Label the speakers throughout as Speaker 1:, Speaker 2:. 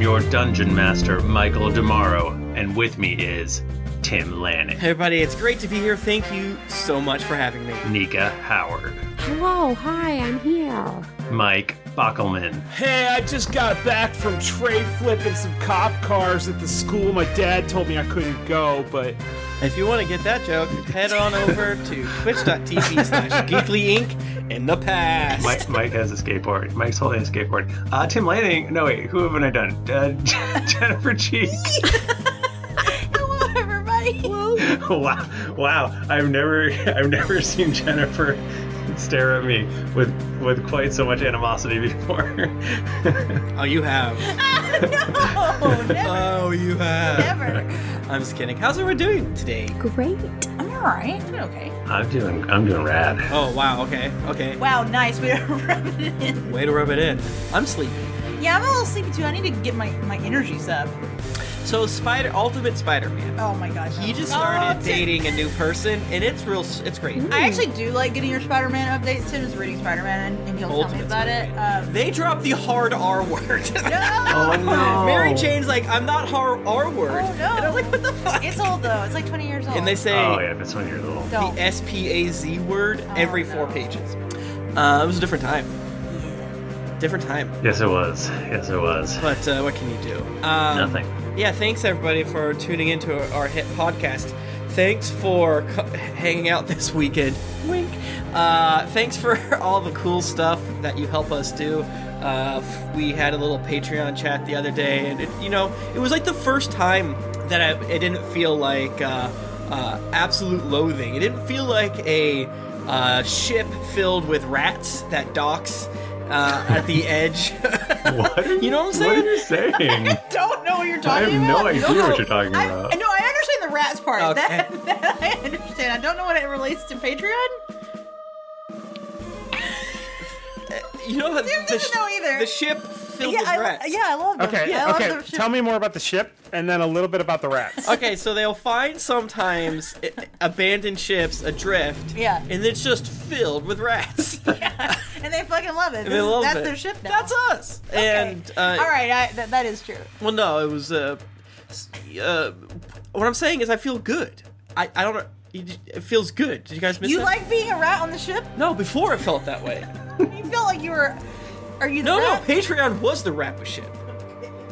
Speaker 1: your dungeon master, Michael Demaro, and with me is Tim Lanning,
Speaker 2: Hey everybody, it's great to be here. Thank you so much for having me.
Speaker 1: Nika Howard,
Speaker 3: Hello, hi, I'm here.
Speaker 1: Mike Bockelman,
Speaker 4: Hey, I just got back from trade flipping some cop cars at the school. My dad told me I couldn't go, but
Speaker 2: If you want to get that joke, head on over to twitch.tv slash geeklyinc in the past.
Speaker 1: Mike, Mike has a skateboard. Mike's holding a skateboard. Uh, Tim Lanning. No, wait. Who haven't I done? Uh, Jennifer Cheek.
Speaker 5: Hello, everybody.
Speaker 1: wow, wow. I've never, I've never seen Jennifer stare at me with with quite so much animosity before.
Speaker 2: Oh, you have.
Speaker 5: Ah, no, never,
Speaker 2: Oh, you have.
Speaker 5: never.
Speaker 2: I'm just kidding. How's everyone doing today?
Speaker 3: Great.
Speaker 5: I'm all right. I'm okay.
Speaker 1: I'm doing, I'm doing rad.
Speaker 2: Oh, wow. Okay. Okay.
Speaker 5: Wow, nice. We are rubbing it in.
Speaker 2: Way to rub it in. I'm sleepy.
Speaker 5: Yeah, I'm a little sleepy too. I need to get my my energies up.
Speaker 2: So, Spider, Ultimate Spider-Man.
Speaker 5: Oh my gosh.
Speaker 2: He just
Speaker 5: Oh,
Speaker 2: started
Speaker 5: Tim.
Speaker 2: dating a new person, and it's real. s- It's great.
Speaker 5: I actually do like getting your Spider-Man updates. Tim is reading Spider-Man, and, and he'll tell me
Speaker 2: Ultimate
Speaker 5: about it. Um,
Speaker 2: They dropped the hard R word.
Speaker 5: no,
Speaker 1: Oh no.
Speaker 2: Mary Jane's like, I'm not hard R word.
Speaker 5: Oh, no.
Speaker 2: And I'm like, what the fuck?
Speaker 5: it's old though. It's like 20 years old.
Speaker 2: and they say,
Speaker 1: Oh yeah, that's when you're little.
Speaker 5: don't.
Speaker 2: the S P A Z word every
Speaker 5: no.
Speaker 2: four pages. Uh, it was a different time. Different time.
Speaker 1: Yes, it was. Yes, it was.
Speaker 2: But uh, what can you do? Um,
Speaker 1: Nothing.
Speaker 2: Yeah, thanks everybody for tuning into our hit podcast. Thanks for co- hanging out this weekend. Wink. Uh, thanks for all the cool stuff that you help us do. Uh, f- we had a little Patreon chat the other day, and it, you know, it was like the first time that I, it didn't feel like uh, uh, absolute loathing. It didn't feel like a uh, ship filled with rats that docks uh, at the edge.
Speaker 1: What?
Speaker 2: You know what I'm
Speaker 1: What
Speaker 2: saying?
Speaker 1: are you saying?
Speaker 5: don't know what you're
Speaker 1: I
Speaker 5: talking
Speaker 1: have
Speaker 5: about.
Speaker 1: no idea what you're talking
Speaker 5: I,
Speaker 1: about.
Speaker 5: I know. I understand the rats part.
Speaker 2: Okay.
Speaker 5: That, that I understand. I don't know what it relates to Patreon.
Speaker 2: You know, the,
Speaker 5: Tim doesn't know either.
Speaker 2: the ship filled
Speaker 5: yeah,
Speaker 2: with
Speaker 5: I,
Speaker 2: rats.
Speaker 5: yeah, I love them.
Speaker 4: okay,
Speaker 5: Yeah, I love
Speaker 4: okay.
Speaker 5: them.
Speaker 4: Tell me more about the ship, and then a little bit about the rats.
Speaker 2: Okay, so they'll find sometimes i- abandoned ships adrift.
Speaker 5: Yeah.
Speaker 2: And it's just filled with rats.
Speaker 5: and they fucking love
Speaker 2: They
Speaker 5: it. This is-
Speaker 2: love
Speaker 5: that's
Speaker 2: it.
Speaker 5: their ship now.
Speaker 2: That's us. And uh,
Speaker 5: all right, I, that, that is true.
Speaker 2: Well, no, it was. Uh, s- uh, what I'm saying is, I feel good. I I don't know. you j- It feels good. Did you guys miss
Speaker 5: You
Speaker 2: that?
Speaker 5: like being a rat on the ship?
Speaker 2: No, before it felt that way.
Speaker 5: You felt like you were. Are you the
Speaker 2: No, no,
Speaker 5: rat?
Speaker 2: Patreon was the rap ship.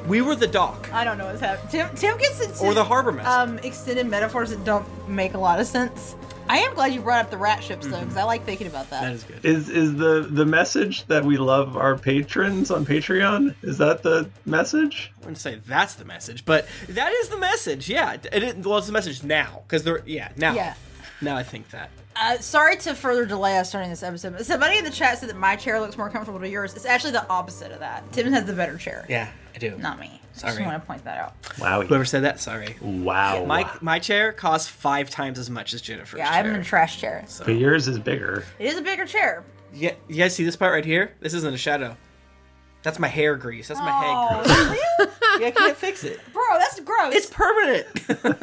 Speaker 2: We were the dock
Speaker 5: I don't know what's happening. Tim, Tim gets into
Speaker 2: or the harbor master.
Speaker 5: um, extended metaphors that don't make a lot of sense. I am glad you brought up the rat ships though, because I like thinking about that.
Speaker 2: Mm-hmm. that is good.
Speaker 1: Is is the the message that we love our patrons on Patreon? Is that the message?
Speaker 2: I wouldn't say that's the message, but that is the message. Yeah, it, it, well, it's the message now because they're yeah now.
Speaker 5: Yeah.
Speaker 2: Now I think that.
Speaker 5: Uh, sorry to further delay us starting this episode, but somebody in the chat said that my chair looks more comfortable to yours. It's actually the opposite of that. Tim has the better chair,
Speaker 2: Yeah, I do.
Speaker 5: not me. I
Speaker 2: Sorry.
Speaker 5: just want to point that out.
Speaker 1: Wow.
Speaker 2: Whoever said that, sorry.
Speaker 1: Wow.
Speaker 2: My my chair costs five times as much as Jennifer's
Speaker 5: Yeah,
Speaker 2: chair.
Speaker 5: I'm in a trash chair.
Speaker 1: But yours is bigger.
Speaker 5: It is a bigger chair.
Speaker 2: yeah, you guys see this part right here? This isn't a shadow. That's my hair grease. That's my head
Speaker 5: Oh,
Speaker 2: grease.
Speaker 5: really?
Speaker 2: Yeah, I can't fix it.
Speaker 5: bro, that's gross.
Speaker 2: It's permanent.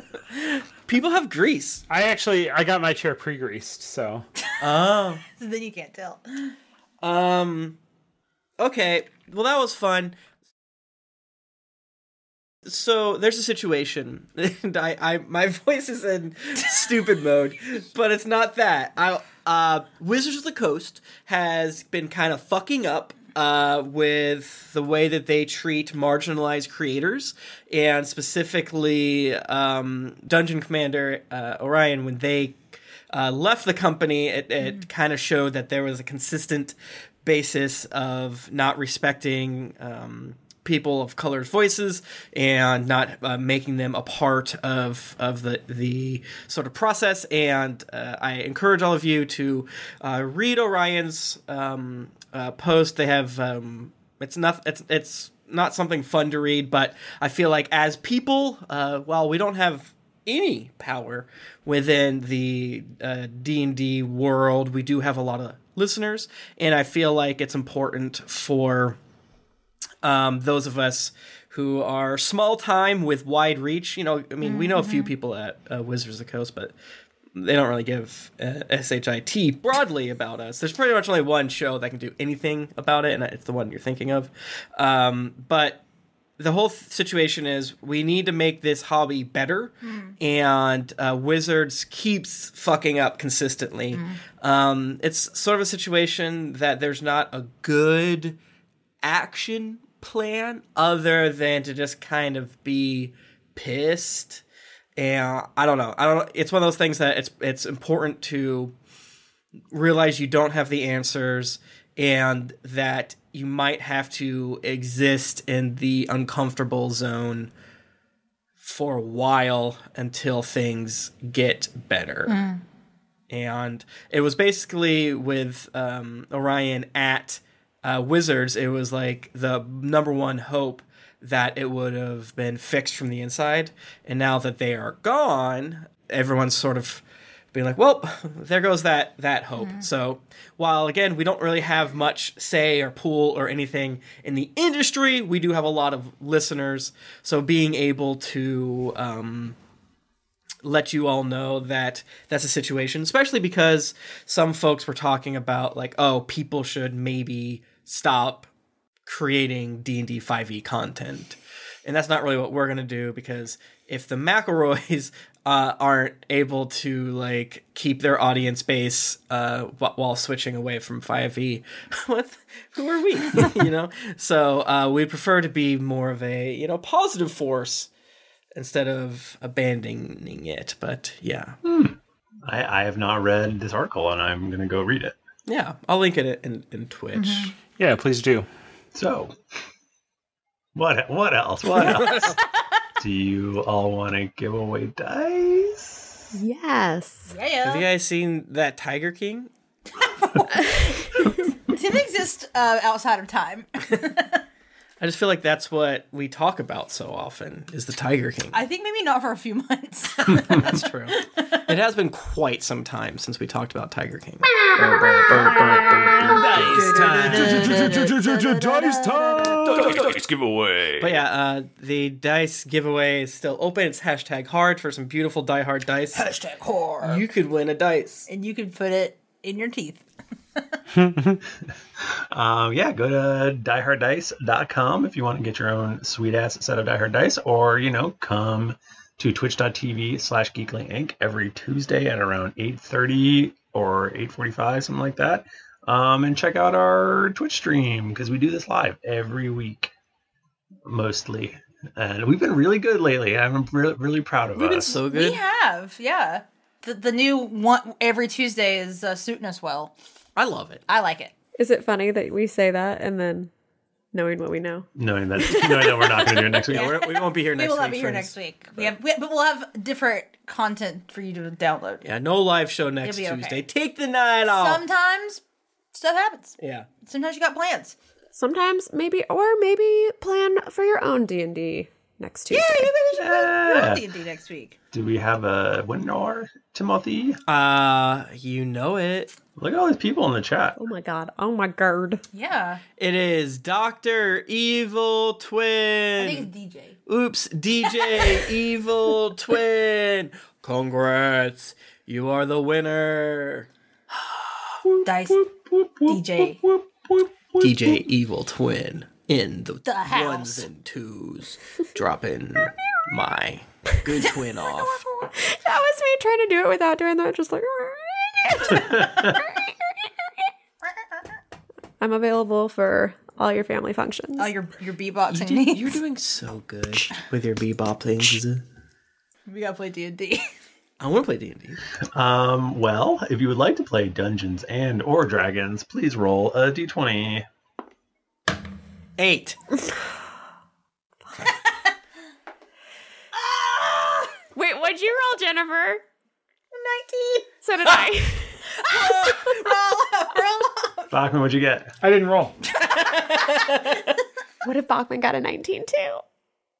Speaker 2: People have grease.
Speaker 4: I actually I got my chair pre-greased, so
Speaker 2: Oh.
Speaker 5: then you can't tell.
Speaker 2: Um. Okay. Well, that was fun. So there's a situation, and I, I my voice is in stupid mode, but it's not that. I uh, Wizards of the Coast has been kind of fucking up uh, with the way that they treat marginalized creators, and specifically um, Dungeon Commander uh, Orion when they uh, left the company, it, it kind of showed that there was a consistent basis of not respecting um, people of color's voices and not uh, making them a part of of the the sort of process. And uh, I encourage all of you to uh, read Orion's um, uh, post. They have um, it's not it's it's not something fun to read, but I feel like as people, uh, while we don't have any power within the uh, d&d world we do have a lot of listeners and i feel like it's important for um, those of us who are small time with wide reach you know i mean we know a few people at uh, wizards of the coast but they don't really give uh, shit broadly about us there's pretty much only one show that can do anything about it and it's the one you're thinking of um, but the whole th- situation is we need to make this hobby better, and uh, Wizards keeps fucking up consistently. Um, it's sort of a situation that there's not a good action plan other than to just kind of be pissed. And I don't know. I don't. It's one of those things that it's it's important to realize you don't have the answers and that you might have to exist in the uncomfortable zone for a while until things get better. And it was basically with um, Orion at uh, Wizards, it was like the number one hope that it would have been fixed from the inside. And now that they are gone, everyone's sort of being like, "Well, there goes that that hope." So, while again we don't really have much say or pool or anything in the industry, we do have a lot of listeners. So, being able to um, let you all know that that's a situation, especially because some folks were talking about like, "Oh, people should maybe stop creating D&D 5e E content. And that's not really what we're going to do because if the McElroys uh, aren't able to like keep their audience base uh, wh- while switching away from 5e, what, who are we? you know? So uh, we prefer to be more of a, you know, positive force instead of abandoning it. But yeah.
Speaker 3: I, I have not read this article, and I'm going to go read it.
Speaker 2: Yeah. I'll link it in, in Twitch.
Speaker 5: Mm-hmm.
Speaker 4: Yeah, please do.
Speaker 3: So, what what else? What else? Do you all want to give away dice?
Speaker 6: Yes.
Speaker 5: Yeah,
Speaker 2: Have
Speaker 5: yeah.
Speaker 2: you guys seen that Tiger King?
Speaker 5: Tim exists uh, outside of time.
Speaker 2: I just feel like that's what we talk about so often is the Tiger King.
Speaker 5: I think maybe not for a few months.
Speaker 2: That's true. it has been quite some time since we talked about Tiger King. Burr, burr, burr, burr, burr. Dice time.
Speaker 4: Dice time!
Speaker 2: But yeah, uh, the dice giveaway is still open. It's hashtag hard for some beautiful die hard dice.
Speaker 5: Hashtag whore.
Speaker 2: You could win a dice.
Speaker 5: and you can put it in your teeth.
Speaker 3: Um, yeah, go to dieharddice.com if you want to get your own sweet ass set of Die Hard Dice, or you know, come to twitch.tv slash geekling inc every Tuesday at around 8.30 or 8.45, something like that. Um, and check out our Twitch stream because we do this live every week, mostly. And we've been really good lately. I'm re- really proud of
Speaker 2: We've been
Speaker 3: us.
Speaker 2: so
Speaker 5: We
Speaker 2: good.
Speaker 5: have, yeah. The, the new one every Tuesday is uh, suiting us well.
Speaker 2: I love it.
Speaker 5: I like it.
Speaker 7: Is it funny that we say that and then knowing what we know?
Speaker 3: knowing that knowing that we're not going to do it next week.
Speaker 2: We're, we won't be here next
Speaker 5: We will
Speaker 2: week.
Speaker 5: not be here
Speaker 2: friends.
Speaker 5: next week. We have, we, but we'll have different content for you to download.
Speaker 2: Yeah, no live show next
Speaker 5: You'll be okay.
Speaker 2: Tuesday. Take the night off.
Speaker 5: Sometimes stuff happens.
Speaker 2: yeah.
Speaker 5: Sometimes you got plans.
Speaker 7: Sometimes, maybe, or maybe plan for your own D and D next Tuesday.
Speaker 5: Yeah, maybe we should
Speaker 3: Yeah.
Speaker 5: yeah. play D&D next week.
Speaker 3: Do we have a winner, Timothy?
Speaker 2: Uh, you know it.
Speaker 3: Look at all these people in the chat.
Speaker 7: Oh my god! Oh my god!
Speaker 5: Yeah.
Speaker 2: It is Doctor Evil Twin.
Speaker 5: I think it's DJ.
Speaker 2: Oops, DJ Evil Twin. Congrats. You are the winner.
Speaker 5: Dice. DJ.
Speaker 2: DJ Evil Twin in the,
Speaker 5: The house.
Speaker 2: ones and twos. Dropping my good twin off.
Speaker 7: That was me trying to do it without doing that. Just like I'm available for all your family functions.
Speaker 5: Oh, your, your beatboxing
Speaker 2: You
Speaker 5: needs.
Speaker 2: are doing so good with your bebop things.
Speaker 5: we gotta play D&D.
Speaker 2: I want to play D&D.
Speaker 3: Um, well, if you would like to play Dungeons and or Dragons, please roll a d20.
Speaker 2: Eight.
Speaker 6: Wait, what'd you roll, Jennifer? 19. So did I.
Speaker 3: Bachman, what'd you get?
Speaker 4: I didn't roll.
Speaker 7: What if Bachman got a 19 too?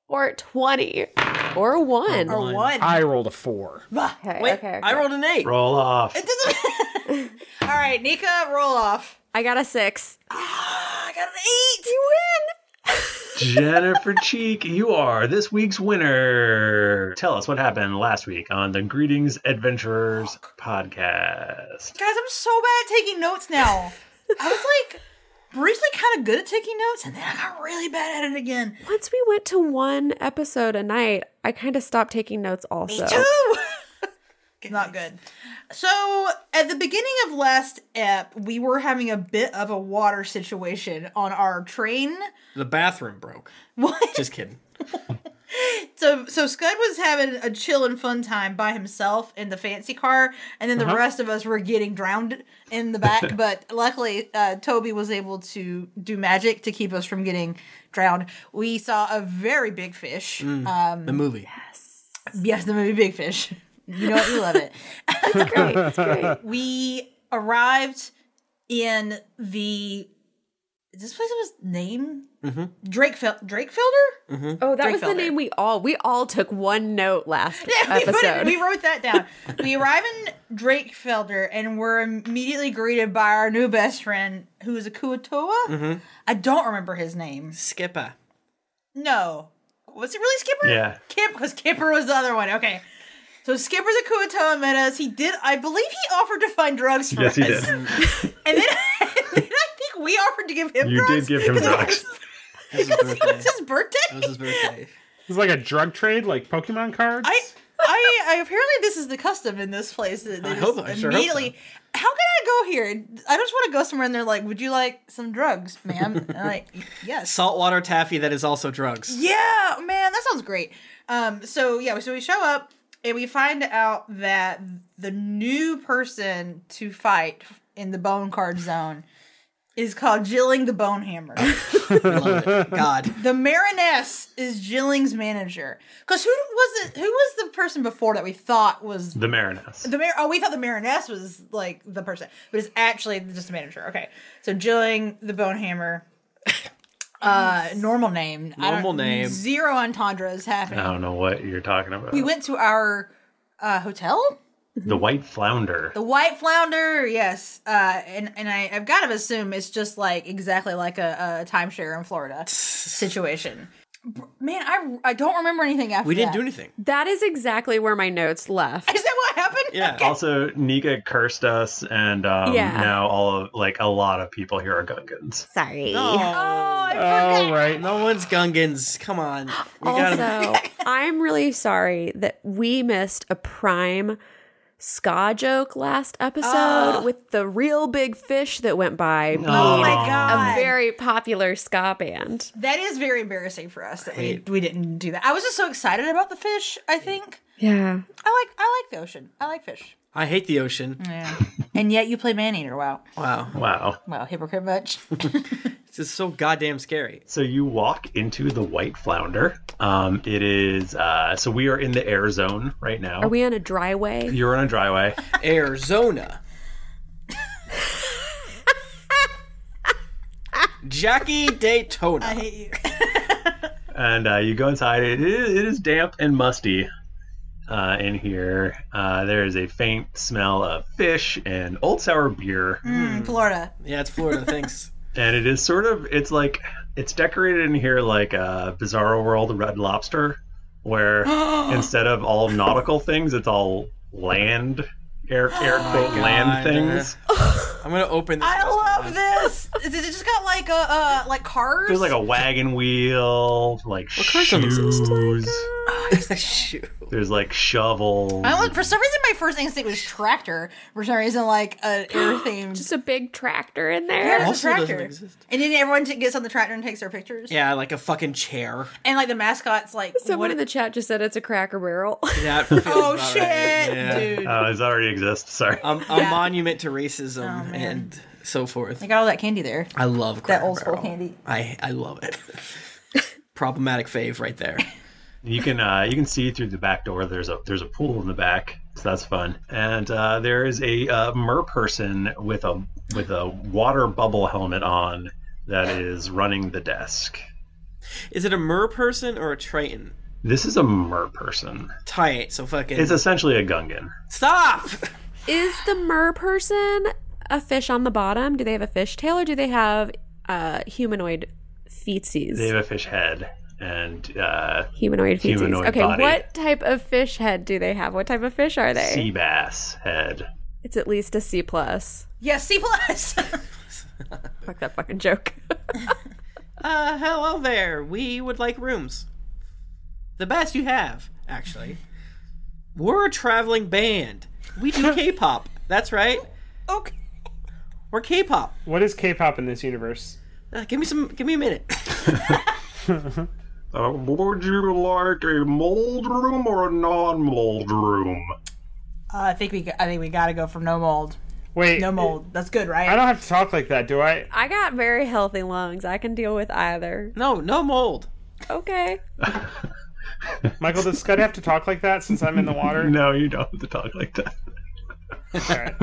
Speaker 7: Or 20? Or a 1?
Speaker 5: or one.
Speaker 4: I rolled a four.
Speaker 7: okay,
Speaker 2: Wait,
Speaker 7: okay, okay.
Speaker 2: I rolled an eight.
Speaker 3: Roll off.
Speaker 5: It doesn't All right, Nika, roll off. Ah,
Speaker 7: I got a 6.
Speaker 5: I got an eight.
Speaker 3: Jennifer Cheek, you are this week's winner. Tell us what happened last week on the Greetings Adventurers podcast.
Speaker 5: Guys, I'm so bad at taking notes now. I was like, briefly kind of good at taking notes, and then I got really bad at it again.
Speaker 7: Once we went to one episode a night, I kind of stopped taking notes also.
Speaker 5: Not good. So at the beginning of last ep, we were having a bit of a water situation on our train.
Speaker 2: The bathroom broke.
Speaker 5: What?
Speaker 2: Just kidding.
Speaker 5: So so Scud was having a chill and fun time by himself in the fancy car, and then the rest of us were getting drowned in the back. but luckily, uh, Toby was able to do magic to keep us from getting drowned. We saw a very big fish. Um,
Speaker 2: The movie.
Speaker 5: yes, the movie Big Fish. You know what? You love it.
Speaker 7: It's great. It's great.
Speaker 5: we arrived in the is this place was name Drakefel- Drakefelder.
Speaker 7: Oh, that was the
Speaker 5: Drinkfelder.
Speaker 7: name we all we all took one note last
Speaker 5: we, put it,
Speaker 7: episode.
Speaker 5: we wrote that down. we arrive in Drakefelder and we're immediately greeted by our new best friend, who is a Kuatoa.
Speaker 3: Mm-hmm.
Speaker 5: I don't remember his name.
Speaker 2: Skipper.
Speaker 5: No, was it really Skipper?
Speaker 3: Yeah.
Speaker 5: Kip because Kipper was the other one. Okay. So Skipper the Kuatoa met us. He did, I believe, he offered to find drugs for
Speaker 3: Yes,
Speaker 5: us.
Speaker 3: he did.
Speaker 5: And then, and then I think we offered to give him
Speaker 3: You did
Speaker 5: drugs.
Speaker 3: give him
Speaker 5: 'cause it
Speaker 3: drugs.
Speaker 5: was-
Speaker 2: This is
Speaker 5: Because it
Speaker 2: birthday.
Speaker 5: was his
Speaker 2: It
Speaker 5: birthday.
Speaker 2: was his birthday.
Speaker 4: It's like a drug trade, like Pokemon cards.
Speaker 5: I, I, I apparently this is the custom in this place. That they
Speaker 2: I
Speaker 5: just
Speaker 2: hope- I sure hope
Speaker 5: immediately. How can I go here? I just want to go somewhere, and they're like, "Would you like some drugs, ma'am?" And I'm like, "Yes."
Speaker 2: Saltwater taffy that is also drugs.
Speaker 5: Yeah, man, that sounds great. Um, so yeah, so we show up and we find out that the new person to fight in the bone card zone is called Jilling the Bone Hammer.
Speaker 2: I love it. God.
Speaker 5: The Mariness is Jilling's manager. Cause who was it? Who was the person before that we thought was
Speaker 3: The Marinus.
Speaker 5: the mayor? Oh, we thought the Mariness was like the person, but it's actually just the manager. Okay, so Jilling the Bone Hammer. Uh, normal name. I don't-
Speaker 2: Normal name.
Speaker 5: Zero entendres happening.
Speaker 3: I don't know what you're talking about.
Speaker 5: We went to our uh, hotel,
Speaker 3: the White Flounder.
Speaker 5: the White Flounder. Yes, uh, and and I, I've got to assume it's just like exactly like a, a timeshare in Florida situation. Br- Man, I I don't remember anything after.
Speaker 2: We didn't
Speaker 5: that.
Speaker 2: do anything.
Speaker 7: that is exactly where my notes left.
Speaker 5: Is that what happened?
Speaker 2: Yeah.
Speaker 3: Also, Nika cursed us, and um,
Speaker 7: Yeah.
Speaker 3: now all of like a lot of people here are Gungans.
Speaker 7: Sorry.
Speaker 5: Oh, I forgot.
Speaker 4: All right.
Speaker 2: No one's Gungans. Come on. We gotta.
Speaker 7: Also, I'm really sorry that we missed a prime ska joke last episode with the real big fish that went by.
Speaker 5: Oh my
Speaker 3: Aw.
Speaker 5: god,
Speaker 7: A very popular ska band.
Speaker 5: that is very embarrassing for us that we we didn't do that. I was just so excited about the fish. I think
Speaker 7: Yeah.
Speaker 5: I like I like the ocean. I like fish.
Speaker 2: I hate the ocean.
Speaker 5: Yeah, and yet you play man eater. Wow,
Speaker 2: Wow.
Speaker 3: Wow.
Speaker 5: wow, hypocrite much?
Speaker 2: This is so goddamn scary.
Speaker 3: So you walk into the White Flounder. Um, it is uh, so we are in the air zone right now.
Speaker 7: Are we on a dry way?
Speaker 3: You're on a dryway.
Speaker 2: Arizona. Jackie Daytona.
Speaker 5: I hate you.
Speaker 3: and uh, you go inside. It is, it is damp and musty uh, in here. Uh, there is a faint smell of fish and old sour beer,
Speaker 5: Mm, Florida.
Speaker 2: yeah, it's Florida. Thanks.
Speaker 3: and it is sort of it's like it's decorated in here like a Bizarro World Red Lobster, where instead of all nautical things, it's all land. Air, air quote land
Speaker 2: God.
Speaker 3: things.
Speaker 2: I'm gonna open this.
Speaker 5: I love this. Is it just got like a uh, like cars?
Speaker 3: There's like a wagon wheel, like
Speaker 2: course it exists.
Speaker 3: shoes.
Speaker 2: Shoot.
Speaker 3: There's like shovels.
Speaker 5: I look, for some reason, my first instinct was tractor. For some reason, like an air themed.
Speaker 7: Just a big tractor in
Speaker 5: There's
Speaker 7: there.
Speaker 5: a
Speaker 2: Also doesn't
Speaker 5: tractor.
Speaker 2: exist.
Speaker 5: And then everyone t- gets on the tractor and takes their pictures.
Speaker 2: Yeah, like a fucking chair.
Speaker 5: And like the mascot's like,
Speaker 7: Someone
Speaker 5: what?
Speaker 7: in the chat just said it's a cracker barrel.
Speaker 2: That feels
Speaker 5: oh
Speaker 2: about right.
Speaker 5: shit,
Speaker 2: Yeah.
Speaker 5: dude!
Speaker 3: Uh, it already exists. Sorry.
Speaker 5: Uh,
Speaker 2: Um, a
Speaker 5: Yeah.
Speaker 2: monument to racism and so forth.
Speaker 5: They got all that candy there.
Speaker 2: I love
Speaker 5: That
Speaker 2: Cracker
Speaker 5: old school
Speaker 2: Barrel.
Speaker 5: candy.
Speaker 2: I I love it. Problematic fave right there.
Speaker 3: You can uh, you can see through the back door. There's a there's a pool in the back, so that's fun. And uh, there is a uh, mer person with a with a water bubble helmet on that is running the desk.
Speaker 2: Is it a mer person or a triton?
Speaker 3: This is a mer person.
Speaker 2: Tight. So fucking
Speaker 3: It's essentially a Gungan.
Speaker 2: stop.
Speaker 7: is the mer person a fish on the bottom? Do they have a fish tail or do they have uh, humanoid feetsies?
Speaker 3: They have a fish head, and uh,
Speaker 7: humanoid feces.
Speaker 3: Humanoid
Speaker 7: okay,
Speaker 3: body.
Speaker 7: what type of fish head do they have? What type of fish are they?
Speaker 3: sea bass head.
Speaker 7: It's at least a C plus.
Speaker 5: Yeah, C plus.
Speaker 7: Fuck that fucking joke.
Speaker 2: Uh, hello there. We would like rooms. The best you have, actually. We're a traveling band. We do K-pop. That's right.
Speaker 5: Okay.
Speaker 2: We're K-pop.
Speaker 4: What is K-pop in this universe?
Speaker 2: Uh, give me some. Give me a minute.
Speaker 1: Uh, would you like a mold room or a non-mold room?
Speaker 5: Uh, I think we g- I think we gotta go for no mold.
Speaker 4: Wait,
Speaker 5: No mold. That's good,
Speaker 4: I
Speaker 5: right?
Speaker 4: don't have to talk like that, do I?
Speaker 7: I got very healthy lungs. I can deal with either.
Speaker 2: No, no mold.
Speaker 7: Okay.
Speaker 4: Michael, does Scud have to talk like that since I'm in the water?
Speaker 1: No, you don't have to talk like that.
Speaker 4: All right.